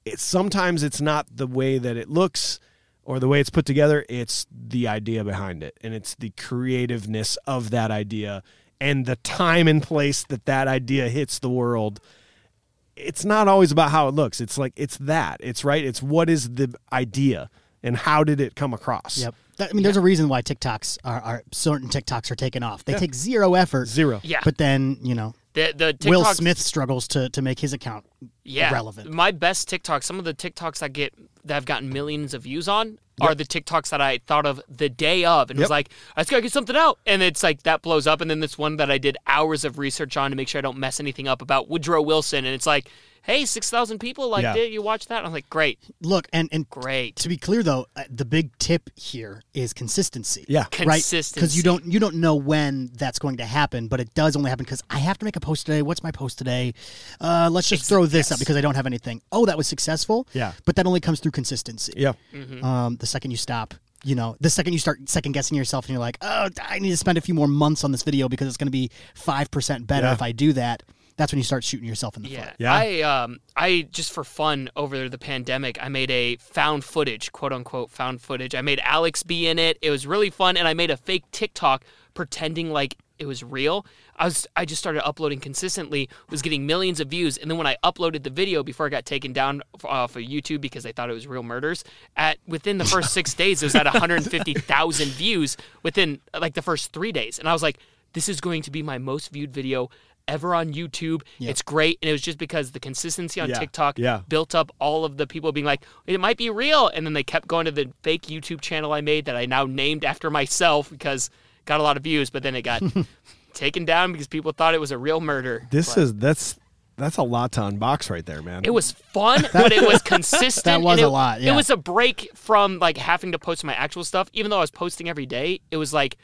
It's sometimes it's not the way that it looks or the way it's put together, it's the idea behind it and it's the creativeness of that idea and the time and place that that idea hits the world. It's not always about how it looks. It's like it's that. It's right. It's what is the idea and how did it come across?
Yep. That- I mean, there's a reason why TikToks are, are certain TikToks are taken off. They take zero effort.
Zero.
Yeah.
But then you know,
The, the TikToks,
Will Smith struggles to to make his account
yeah,
relevant.
My best TikToks, some of the TikToks that get that have gotten millions of views on are the TikToks that I thought of the day of and was like, I just gotta get something out. And it's like that blows up. And then this one that I did hours of research on to make sure I don't mess anything up about Woodrow Wilson. And it's like, hey, 6,000 people like,
Yeah.
did you watch that? And I'm like, great,
Look, and and
great.
to be clear though, uh, the big tip here is consistency.
Yeah.
Right, because
Consistency.
you don't you don't know when that's going to happen, but it does only happen because I have to make a post today. What's my post today? Uh, let's just throw this up because I don't have anything. Oh, that was successful.
Yeah.
but that only comes through consistency.
Yeah.
Mm-hmm.
Um, the second you stop, you know, the second you start second guessing yourself, and you're like, oh, I need to spend a few more months on this video because it's going to be five percent better
Yeah.
if I do that. That's when you start shooting yourself in the
Yeah.
foot.
Yeah.
I um I just for fun over the pandemic, I made a found footage, quote unquote found footage. I made Alex be in it. It was really fun and I made a fake TikTok pretending like it was real. I was I just started uploading consistently, was getting millions of views, and then when I uploaded the video before I got taken down f- off of YouTube because they thought it was real murders, at within the first 6 days it was at 150,000 views within like the first 3 days. And I was like, this is going to be my most viewed video ever on YouTube. It's great. And it was just because the consistency on
Yeah,
TikTok
yeah.
built up all of the people being like, it might be real. And then they kept going to the fake YouTube channel I made that I now named after myself because got a lot of views, but then it got taken down because people thought it was a real murder.
This is that's that's a lot to unbox right there, man.
It was fun, but it was consistent.
That was
and it-
a lot, yeah.
It was a break from like having to post my actual stuff. Even though I was posting every day, it was like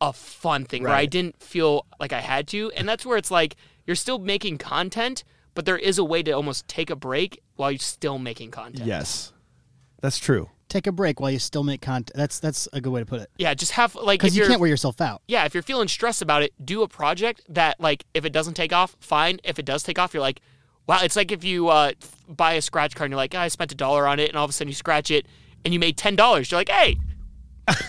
a fun thing where I didn't feel like I had to. And that's where it's like you're still making content, but there is a way to almost take a break while you're still making content.
Yes, that's true.
Take a break while you still make content. That's that's a good way to put it.
Yeah, just have like if
Because you
you're
can't wear yourself out.
yeah, if you're feeling stressed about it, do a project that like if it doesn't take off, fine. If it does take off, you're like, wow. It's like if you uh, f- buy a scratch card and you're like, "Ah, I spent a dollar on it, and all of a sudden you scratch it and you made ten dollars. You're like, hey,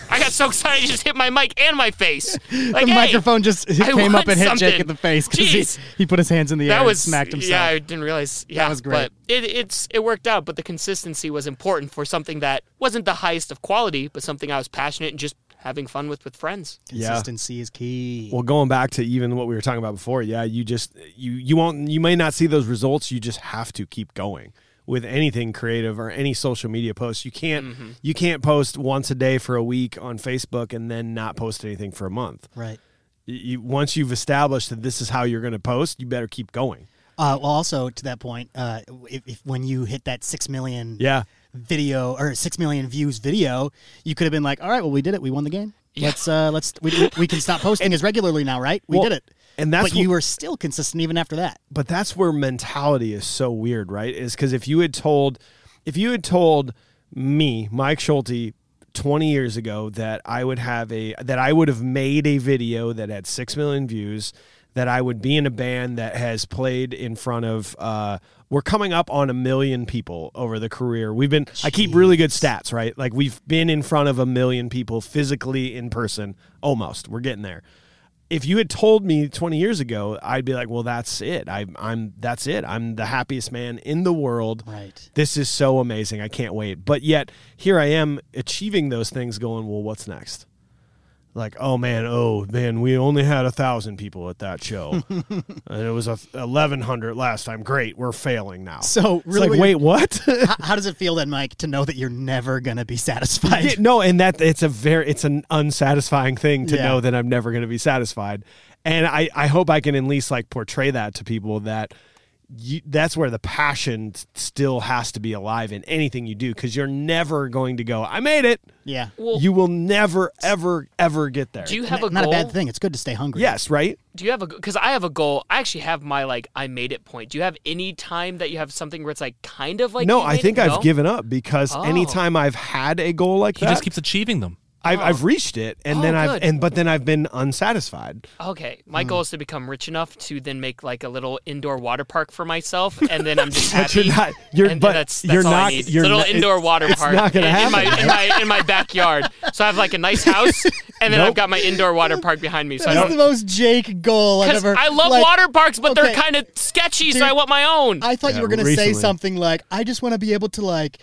I got so excited, I just hit my mic and my face. Like,
the
hey,
microphone just
I
came up
want
and hit Jake
something.
in the face because he,
Jeez.
he put his hands in the air
That was
and smacked himself.
Yeah, I didn't realize. Yeah,
was great.
But it, it's it worked out. But the consistency was important for something that wasn't the highest of quality, but something I was passionate and just having fun with with friends.
Consistency is key.
Well, going back to even what we were talking about before, yeah, you just you you won't you may not see those results. You just have to keep going with anything creative or any social media posts. You can't you can't post once a day for a week on Facebook and then not post anything for a month.
right.
You, you- once you've established that this is how you're going to post, you better keep going.
Uh, well, also to that point, uh, if, if when you hit that six million
Yeah.
video or six million views video, you could have been like, "All right, well, we did it. We won the game. Let's uh, let's we, we, we can stop posting as regularly now, right? We
Well,
did it."
and that's
but you
what-
were still consistent even after that.
but that's where mentality is so weird, right? Is because if you had told, if you had told me, Mike Schulte, 20 years ago that I would have a that I would have made a video that had 6 million views that I would be in a band that has played in front of uh we're coming up on a million people over the career. We've been I keep really good stats, right? Like we've been in front of a million people physically in person almost. We're getting there if you had told me 20 years ago, I'd be like, well, that's it. I, I'm that's it. I'm the happiest man in the world.
Right.
This is so amazing. I can't wait. But yet here I am achieving those things going, well, what's next? Like, oh man, oh man, we only had a thousand people at that show, and it was a eleven hundred last time. Great, we're failing now.
So,
It's
really
like,
what
wait,
you-
what?
how, how does it feel then, Mike, to know that you're never going to be satisfied?
Yeah, no, and that it's a very it's an unsatisfying thing to
Yeah.
know that I'm never going to be satisfied, and I I hope I can at least like portray that to people that you, that's where the passion s- still has to be alive in anything you do because you're never going to go I made it.
Yeah.
Well-
you will never ever ever get there.
Do you have a
Not a
goal?
bad thing. It's good to stay hungry.
yes, right.
Do you have a because I have a goal. I actually have my like I made it point. Do you have any time that you have something where it's like kind of like
no,
you
I
made
think
it?
I've
No?
given up because
Oh.
anytime I've had a goal like
He
that,
just keeps achieving them.
I've, I've reached it, and
Oh,
then I've
good.
and but then I've been unsatisfied.
Okay, my
Mm.
goal is to become rich enough to then make like a little indoor water park for myself, and then I'm just
But
happy.
you're not- you're-
and
but
that's, that's
you're
all
not-
I need.
you're
it's a little
not-
indoor
it's-
water
it's
park
not gonna
in, in my
happen.
in my in my backyard. So I have like a nice house, and then I've got my indoor water park behind me. So I
That's the
don't.
most Jake goal I've
Because
ever.
I love
like,
water parks, but they're
okay.
kind of sketchy,
Dude,
so I want my own.
I thought
Yeah,
you were going to say
recently.
something like, "I just want to be able to like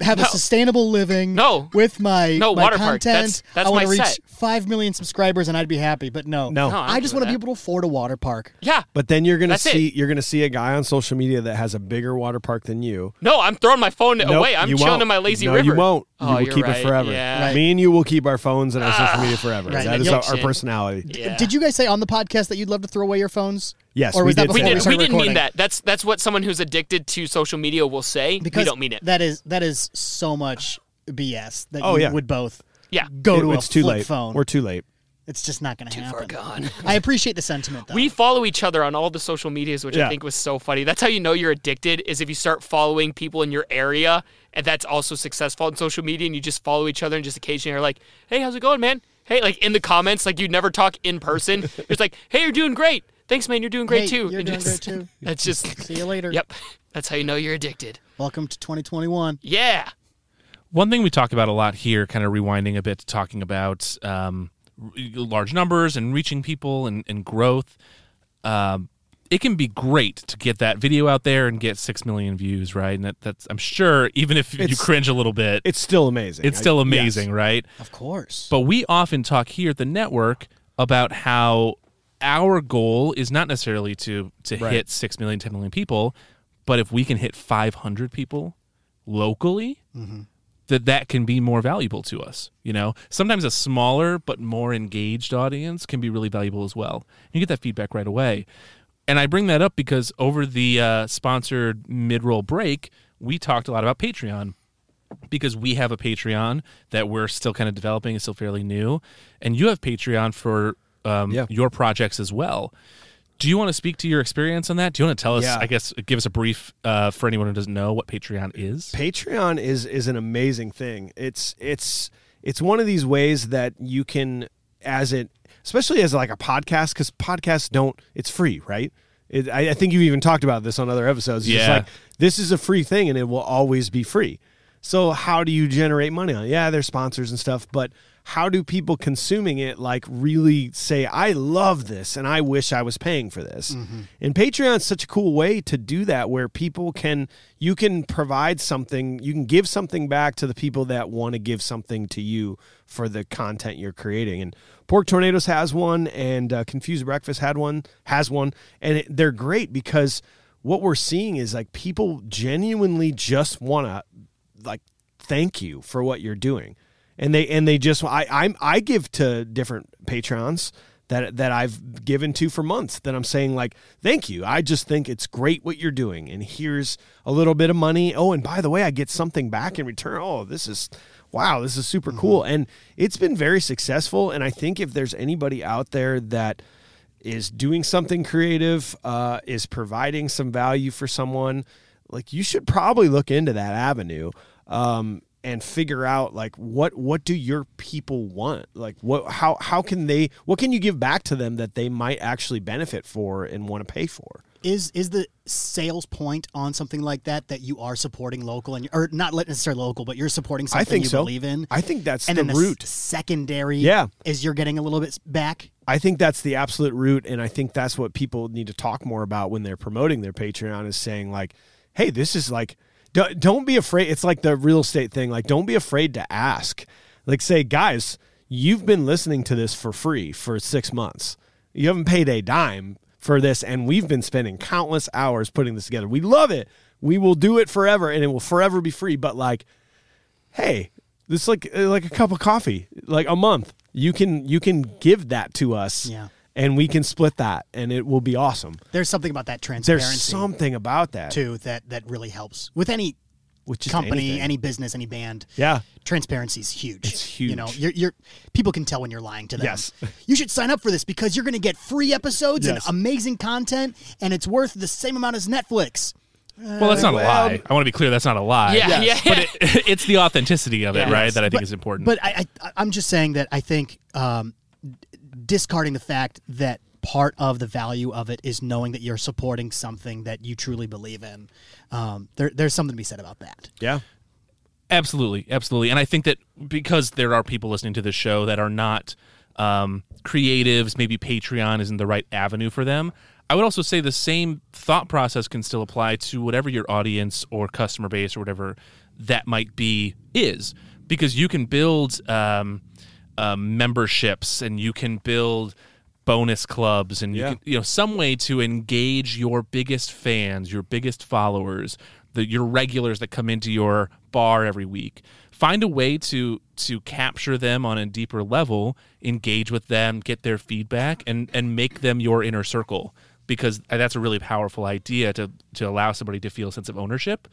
have a sustainable living."
No.
with my
No,
my
water park.
content.
That's- that's
I
my
want to reach
set.
five million subscribers, and I'd be happy. But no,
No. No,
I'm
I
good
just
with
want to be
that.
able to afford a water park.
yeah.
But then you're gonna
That's it.
see you're gonna see a guy on social media that has a bigger water park than you.
No, I'm throwing my phone
Nope,
away. I'm
you
chilling
won't.
in my lazy
no,
river.
You won't.
Oh,
you will
you're
keep
right.
it forever.
Yeah. Ah.
Right.
Me and you will keep our phones and our social media forever.
Right.
That is
You'll-
our, our personality.
Yeah.
Did you guys say on the podcast that you'd love to throw away your phones?
Yes,
or
we
was that
did
before
We,
say that.
we
did,
started
we didn't mean
recording?
that. That's that's what someone who's addicted to social media will say.
Because
we don't mean it.
That is that is so much BS that
Oh,
you
yeah.
would both
yeah.
go
It-
to
it's
a
too
flip
late.
phone.
We're too late.
it's just not going to happen.
far gone.
I appreciate the sentiment though.
We follow each other on all the social medias, which
Yeah.
I think was so funny. That's how you know you're addicted is if you start following people in your area and that's also successful on social media and you just follow each other and just occasionally are like, Hey, how's it going, man? Hey, like in the comments, like you never talk in person. it's like, Hey, you're doing great. Thanks, man, you're doing great
Hey,
too.
you're
And
doing
just-
great, too.
That's just
See you later.
Yep. That's how you know you're addicted.
Welcome to 2021.
Yeah.
One thing we talk about a lot here, kind of rewinding a bit, to talking about um, r- large numbers and reaching people and, and growth. Um, it can be great to get that video out there and get six million views, right? And that, that's I'm sure, even if you
It's-
cringe a little bit,
It's still amazing.
it's
I-
still
yes.
amazing, right?
Of course.
But we often talk here at the network about how our goal is not necessarily to to hit 6 million, 10 million people, but if we can hit 500 people locally, that that can be more valuable to us, you know? Sometimes a smaller but more engaged audience can be really valuable as well. You get that feedback right away. And I bring that up because over the uh, sponsored mid-roll break, we talked a lot about Patreon because we have a Patreon that we're still kind of developing, it's still fairly new, and you have Patreon for um,
Yeah.
your projects as well. Do you want to speak to your experience on that? Do you want to tell us?
Yeah.
I guess give us a brief uh, for anyone who doesn't know what Patreon is.
Patreon is is an amazing thing. It's it's it's one of these ways that you can as it especially as like a podcast because podcasts don't it's free right. It, I, I think you've even talked about this on other episodes. It's just
Yeah.
like this is a free thing and it will always be free. So how do you generate money on? it? Yeah, there's sponsors and stuff, but how do people consuming it like really say I love this and I wish I was paying for this? And Patreon's such a cool way to do that where people can you can provide something, you can give something back to the people that want to give something to you for the content you're creating. And Pork Tornadoes has one and uh, Confused Breakfast had one, has one, and it, they're great because what we're seeing is like people genuinely just want to like thank you for what you're doing and they and they just i i'm i give to different patrons that that i've given to for months that i'm saying like thank you i just think it's great what you're doing and here's a little bit of money oh and by the way i get something back in return oh this is wow this is super cool and it's been very successful and i think if there's anybody out there that is doing something creative, uh, is providing some value for someone, like you should probably look into that avenue. Um, and figure out like what what do your people want? Like what how how can they what can you give back to them that they might actually benefit for and want to pay for?
Is is the sales point on something like that that you are supporting local and or not necessarily local, but you're supporting something
think
you
so.
believe in?
I think that's
and
the
then
root.
s- secondary,
Yeah.
is you're getting a little bit s- back.
I think that's the absolute root, and I think that's what people need to talk more about when they're promoting their Patreon is saying like, "Hey, this is like, don't, don't be afraid." It's like the real estate thing, like don't be afraid to ask. Like, say, guys, you've been listening to this for free for six months. You haven't paid a dime for this, and we've been spending countless hours putting this together. We love it. We will do it forever, and it will forever be free. But like, hey this is like uh, like a cup of coffee like a month you can you can give that to us
Yeah.
and we can split that and it will be awesome
There's something about that
there's
transparency
something about that
too that that really helps with any
with just
company,
anything.
any business, any band.
Yeah.
transparency is huge.
It's
You know,
huge.
you're, you're people can tell when you're lying to them.
Yes.
you should sign up for this because you're going to get free episodes
Yes.
and amazing content, and it's worth the same amount as Netflix.
Well, that's not a lie. I want to be clear. That's not a lie.
Yeah, yeah.
But it, it's the authenticity of it,
Yeah.
right?
Yes.
That I think is important.
But I, I, I'm just saying that I think um, d- discarding the fact that part of the value of it is knowing that you're supporting something that you truly believe in. Um, there, there's something to be said about that.
yeah
Absolutely, absolutely. And I think that because there are people listening to this show that are not um, creatives, maybe Patreon isn't the right avenue for them. I would also say the same thought process can still apply to whatever your audience or customer base or whatever that might be is, because you can build um, uh, memberships and you can build bonus clubs and you
Yeah.
can you know some way to engage your biggest fans your biggest followers the your regulars that come into your bar every week find a way to to capture them on a deeper level engage with them get their feedback and and make them your inner circle because that's a really powerful idea to to allow somebody to feel a sense of ownership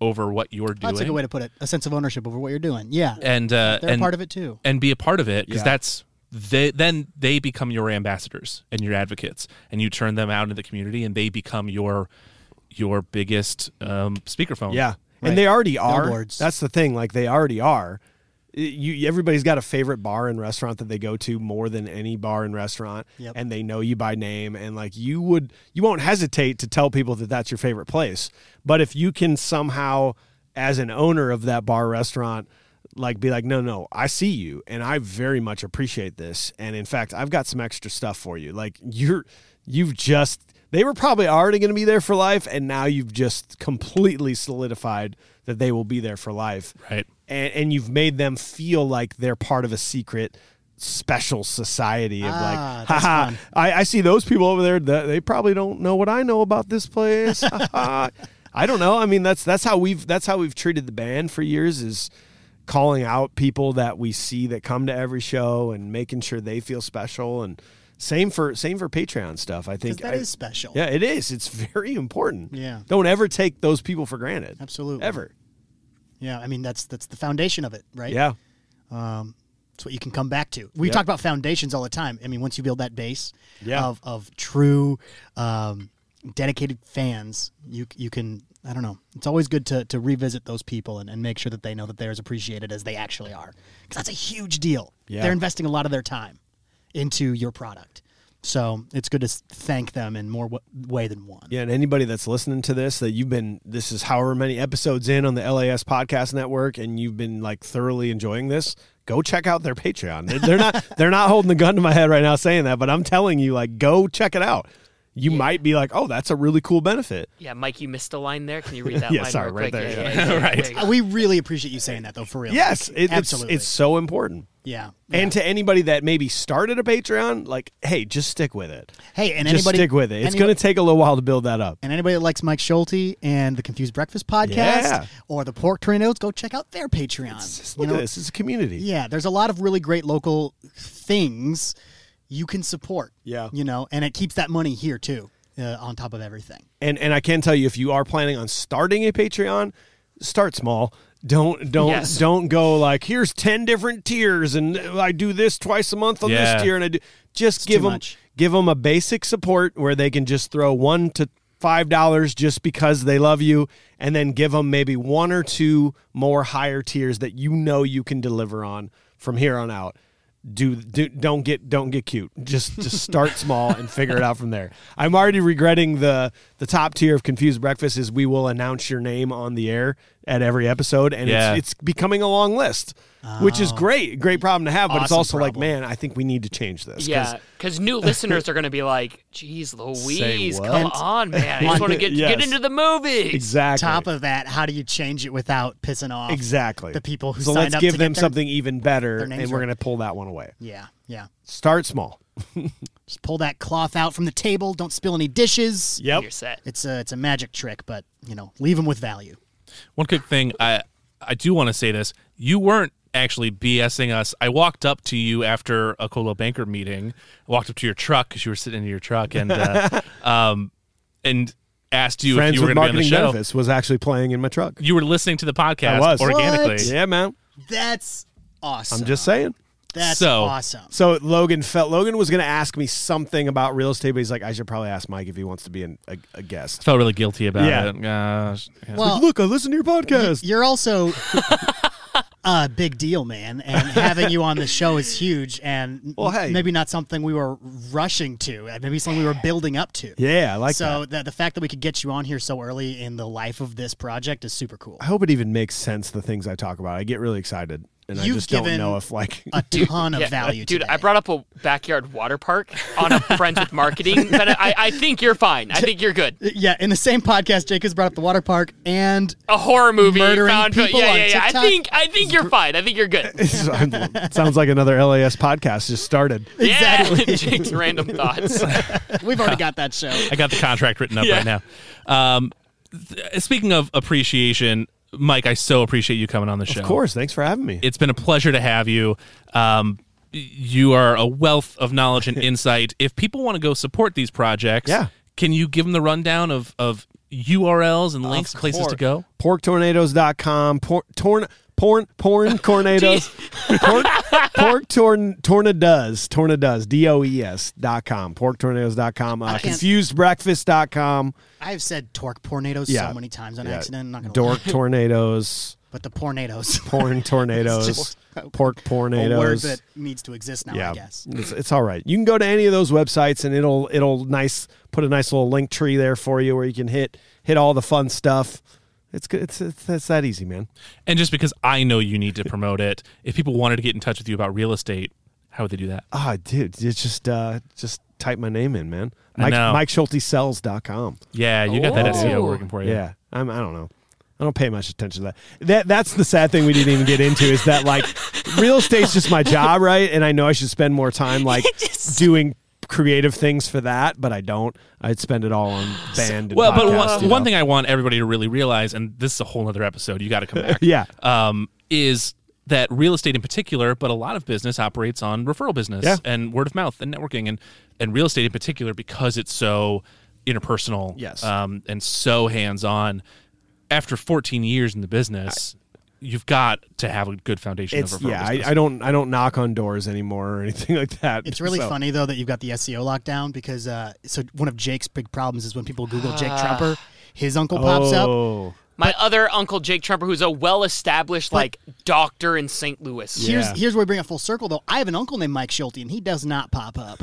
over what you're doing
That's a good way to put it. A sense of ownership over what you're doing. Yeah.
and uh,
They're a
and
part of it, too.
and be a part of it because
Yeah.
that's they then they become your ambassadors and your advocates, and you turn them out into the community, and they become your your biggest um, speakerphone.
yeah and they already are
Billboards.
that's the thing like they already are you everybody's got a favorite bar and restaurant that they go to more than any bar and restaurant
Yep.
and they know you by name and like you would you won't hesitate to tell people that that's your favorite place but if you can somehow as an owner of that bar restaurant like be like no no i see you and i very much appreciate this and in fact i've got some extra stuff for you like you're you've just they were probably already going to be there for life and now you've just completely solidified that they will be there for life
Right.
and, and you've made them feel like they're part of a secret special society of
Ah,
like
that's
haha
fun.
I, I see those people over there that they probably don't know what i know about this place Ha, ha. i don't know i mean that's that's how we've that's how we've treated the band for years is calling out people that we see that come to every show and making sure they feel special and same for same for patreon stuff i think
Because that
I-
is special.
yeah it is it's very important
Yeah.
don't ever take those people for granted
Absolutely.
ever
Yeah, I mean that's that's the foundation of it, right?
yeah
it's what you can come back to. We
Yep.
talk about foundations all the time. I mean, once you build that base
Yeah.
of of true, um, dedicated fans, you you can. I don't know. It's always good to, to revisit those people and, and make sure that they know that they're as appreciated as they actually are, because that's a huge deal.
Yeah.
They're investing a lot of their time into your product, so it's good to s- thank them in more w- way than one.
Yeah, and anybody that's listening to this, that you've been, this is however many episodes in on the LAS Podcast Network, and you've been like thoroughly enjoying this. Go check out their Patreon. They're, they're not, they're not holding the gun to my head right now saying that, but I'm telling you, like, go check it out. You might be like, oh, that's a really cool benefit.
Yeah, Mike, you missed a line there. Can you read that
Yeah,
line
sorry,
real
right
quick?
there,
Yeah,
yeah.
yeah, yeah,
Right.
yeah.
Uh, We really appreciate you saying that though, for real.
Yes, it, it's
absolutely.
it's so important.
yeah.
And to anybody that maybe started a Patreon, like, hey, just stick with it.
Hey, and
just
anybody-
stick with it. It's
anybody-
going to take a little while to build that up.
And anybody that likes Mike Schulte and the Confused Breakfast podcast
Yeah.
or the Pork Tornadoes, go check out their Patreon.
Just
You
Look
know,
at this. It's a community.
Yeah, there's a lot of really great local things you can support.
Yeah.
You know, and it keeps that money here too, uh, on top of everything.
and and I can tell you if you are planning on starting a Patreon, start small. Don't don't
Yes.
don't go like here's ten different tiers and I do this twice a month on
Yeah.
this tier and I do just give
too
them
much.
give them a basic support where they can just throw one to $5 just because they love you, and then give them maybe one or two more higher tiers that you know you can deliver on from here on out. Do, do don't get don't get cute. Just just start small and figure it out from there. I'm already regretting the the top tier of confused breakfast is we will announce your name on the air at every episode, and
Yeah.
it's, it's becoming a long list, which is great. Great problem to have, but it's
Awesome
also like,
problem.
man, I think we need to change this. 'cause
Yeah, because new listeners are going to be like, "Geez, Louise, come
what?"
on, man! I just want to get get
Yes.
into the movies."
Exactly.
Top of that, how do you change it without pissing off?
exactly
the people who
so
signed
let's
up
give
to
them
get their-
something even better
their
and
names
we're
right.
going to pull that one away
Yeah, yeah.
start small
Just pull that cloth out from the table. Don't spill any dishes.
yep
You're set.
It's a it's a magic trick, but you know, leave them with value.
One quick thing, I I do want to say this. You weren't actually BSing us. I walked up to you after a Colo Banker meeting. I walked up to your truck because you were sitting in your truck and uh, um and asked you
friends
if you were
with
going to be on the
marketing
show.
benefits was actually playing in my truck
You were listening to the podcast
I was.
organically.
yeah man
That's awesome.
i'm just saying
That's
So-
awesome.
so logan felt logan was going to ask me something about real estate but he's like i should probably ask mike if he wants to be an, a, a guest
Felt really guilty about
Yeah.
it. Gosh. Yeah.
Well,
look i listen to your podcast
you're also a big deal, man, and having you on the show is huge. And
Well, hey.
maybe not something we were rushing to. uh, Maybe something we were building up to.
yeah i like
so
that
that. the fact that we could get you on here so early in the life of this project is super cool.
i hope it even makes sense the things i talk about i get really excited and i
You've
just
given
don't know if like
A ton of
Yeah,
value,
dude.
today.
I brought up a backyard water park on a friends with marketing. But I, I think you're fine. I think you're good.
Yeah, in the same podcast, Jake has brought up the water park, and
A horror movie
Murdering
found.
people
yeah,
on
yeah, yeah.
TikTok.
I think I think you're fine. I think you're good.
it sounds like another las podcast just started
Yeah, Jake's random thoughts.
we've already got that show.
I got the contract written up
Yeah.
right now. Um, th- speaking of appreciation, Mike, I so appreciate you coming on the show.
of course thanks for having me
It's been a pleasure to have you. Um, you are a wealth of knowledge and insight. If people want to go support these projects,
Yeah.
can you give them the rundown of, of URLs and links, places to go?
porktornadoes.com por- torn porn porn tornadoes pork pork torn tornadoes tornadoes d-o-e-s dot com porktornadoes.com uh,
can't-
confusedbreakfast.com
I've said torque tornadoes
Yeah.
so many times on
Yeah.
accident. I'm not gonna
dork
lie.
tornadoes
but the tornadoes,
porn tornadoes
just
pork
a word
tornadoes
that needs to exist now. I guess.
It's, it's all right. You can go to any of those websites and it'll it'll nice put a nice little link tree there for you where you can hit hit all the fun stuff. It's good. It's, it's it's that easy, man.
And just because I know you need to promote it, if people wanted to get in touch with you about real estate, how would they do that?
Ah, dude, it's just uh just type my name in, man.
I
Mike
know.
MikeSchulteSells.com.
Yeah, you got that SEO
Oh.
working for you.
Yeah. I'm I don't know. I don't pay much attention to that. That that's the sad thing we didn't even get into is that like real estate's just my job, right? And I know I should spend more time like doing creative things for that, but I don't. I'd spend it all on band and
Well, but
podcast,
one,
you
one
know?
thing I want everybody to really realize, and this is a whole other episode, you got to come back.
Yeah.
um, is that real estate in particular, but a lot of business operates on referral business
Yeah.
and word of mouth and networking and, and real estate in particular because it's so interpersonal
Yes.
um, and so hands on. After 14 years in the business, you've got to have a good foundation
It's
of referral
yeah, I,
business.
I don't I don't knock on doors anymore or anything like that.
It's really
So-
funny though that you've got the E SEO lockdown because uh, so one of Jake's big problems is when people Google Jake Trumper, his uncle pops up.
Ah. Oh.
My other uncle, Jake Trumper, who's a well-established like doctor in St. Louis.
Here's
Yeah.
here's where we bring it full circle though. I have an uncle named Mike Schulte and he does not pop up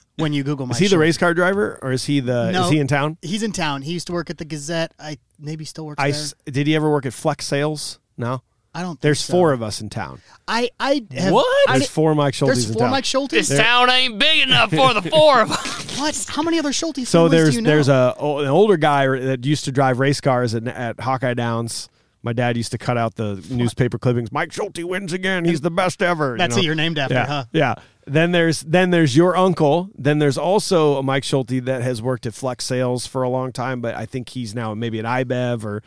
when you Google Mike.
Is he the
Schulte.
race car driver or is he the
No.
is he in town?
He's in town. He used to work at the Gazette. I maybe still works
I
there.
s- did he ever work at Flex Sales? No.
I don't.
There's
think so.
four of us in town.
I I have,
What?
I
There's
di-
four Mike Schultes
There's
in
four
town.
Mike Schultes.
This town ain't big enough for the four of us.
What? How many other Schultes?
so
families
there's
do you know?
there's a oh, an older guy that used to drive race cars at, at Hawkeye Downs. My dad used to cut out the newspaper clippings. Mike Schulte wins again. He's the best ever. you
That's
know?
who you're named after,
yeah,
huh?
Yeah. Then there's then there's your uncle. Then there's also a Mike Schulte that has worked at Flex Sales for a long time, but I think he's now maybe at IBEV or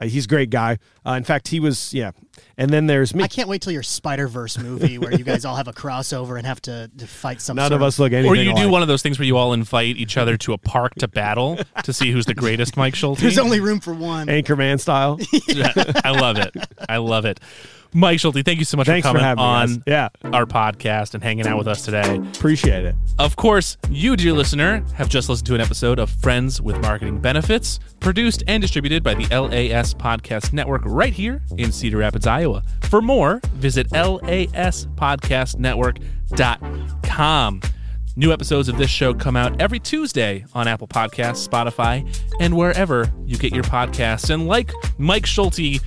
uh, he's a great guy. Uh, in fact, he was yeah. And then there's me.
I can't wait till your Spider Verse movie where you guys all have a crossover and have to, to fight some.
None
sort
of us look anything.
or you do
alike.
one of those things where you all invite each other to a park to battle to see who's the greatest Mike Schulte.
There's only room for one.
Anchorman style.
I love it. I love it. Mike Schulte, thank you so much
Thanks
for
for
coming
having
on
us. Yeah.
our podcast and hanging out with us today.
Appreciate it.
Of course, you, dear listener, have just listened to an episode of Friends with Marketing Benefits, produced and distributed by the LAS Podcast Network right here in Cedar Rapids, Iowa. For more, visit laspodcastnetwork.com. New episodes of this show come out every Tuesday on Apple Podcasts, Spotify, and wherever you get your podcasts. And like Mike Schulte,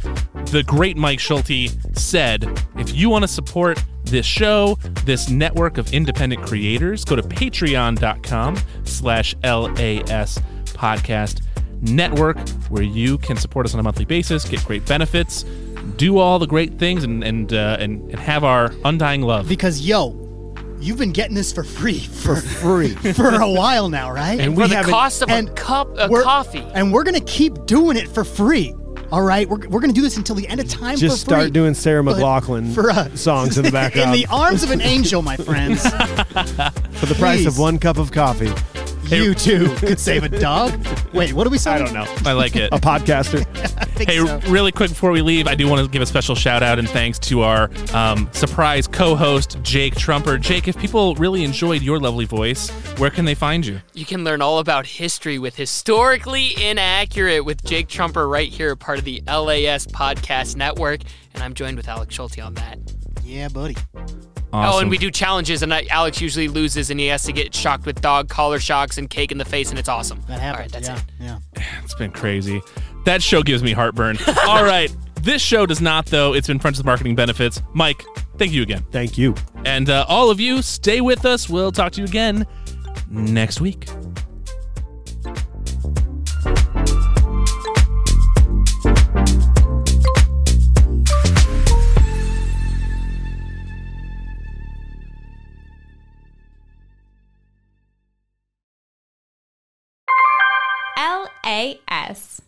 the great Mike Schulte, said, if you want to support this show, this network of independent creators, go to patreon.com slash LAS podcast network where you can support us on a monthly basis, get great benefits, do all the great things, and and uh, and, and have our undying love.
Because yo, you've been getting this for free for free for a while now, right?
And
for
we
the
haven't-
cost of a
and
cup of
we're-
coffee.
And we're gonna keep doing it for free. All right, we're, we're gonna do this until the end of time.
Just
for free.
start doing Sarah
But
McLaughlin
for us.
songs in the
in
background
the arms of an angel, my friends.
for the price
please.
of one cup of coffee.
you too could save a dog. Wait, what are we
I
saying?
don't know.
I like it.
A podcaster.
Hey, really quick before we leave, I do want to give a special shout out and thanks to our um, surprise co host, Jake Trumper. Jake, if people really enjoyed your lovely voice, where can they find you?
You can learn all about history with Historically Inaccurate with Jake Trumper right here, part of the LAS Podcast Network. And I'm joined with Alex Schulte on that.
Yeah, buddy.
Awesome.
Oh, and we do challenges, and I, Alex usually loses, and he has to get shocked with dog collar shocks and cake in the face, and it's awesome.
That
All right,
happened.
that's
yeah,
it.
yeah.
It's been crazy. That show gives me heartburn. All right. This show does not, though. It's been Friends with Marketing Benefits. Mike, thank you again.
Thank you.
And uh, all of you, stay with us. We'll talk to you again next week.
L A S.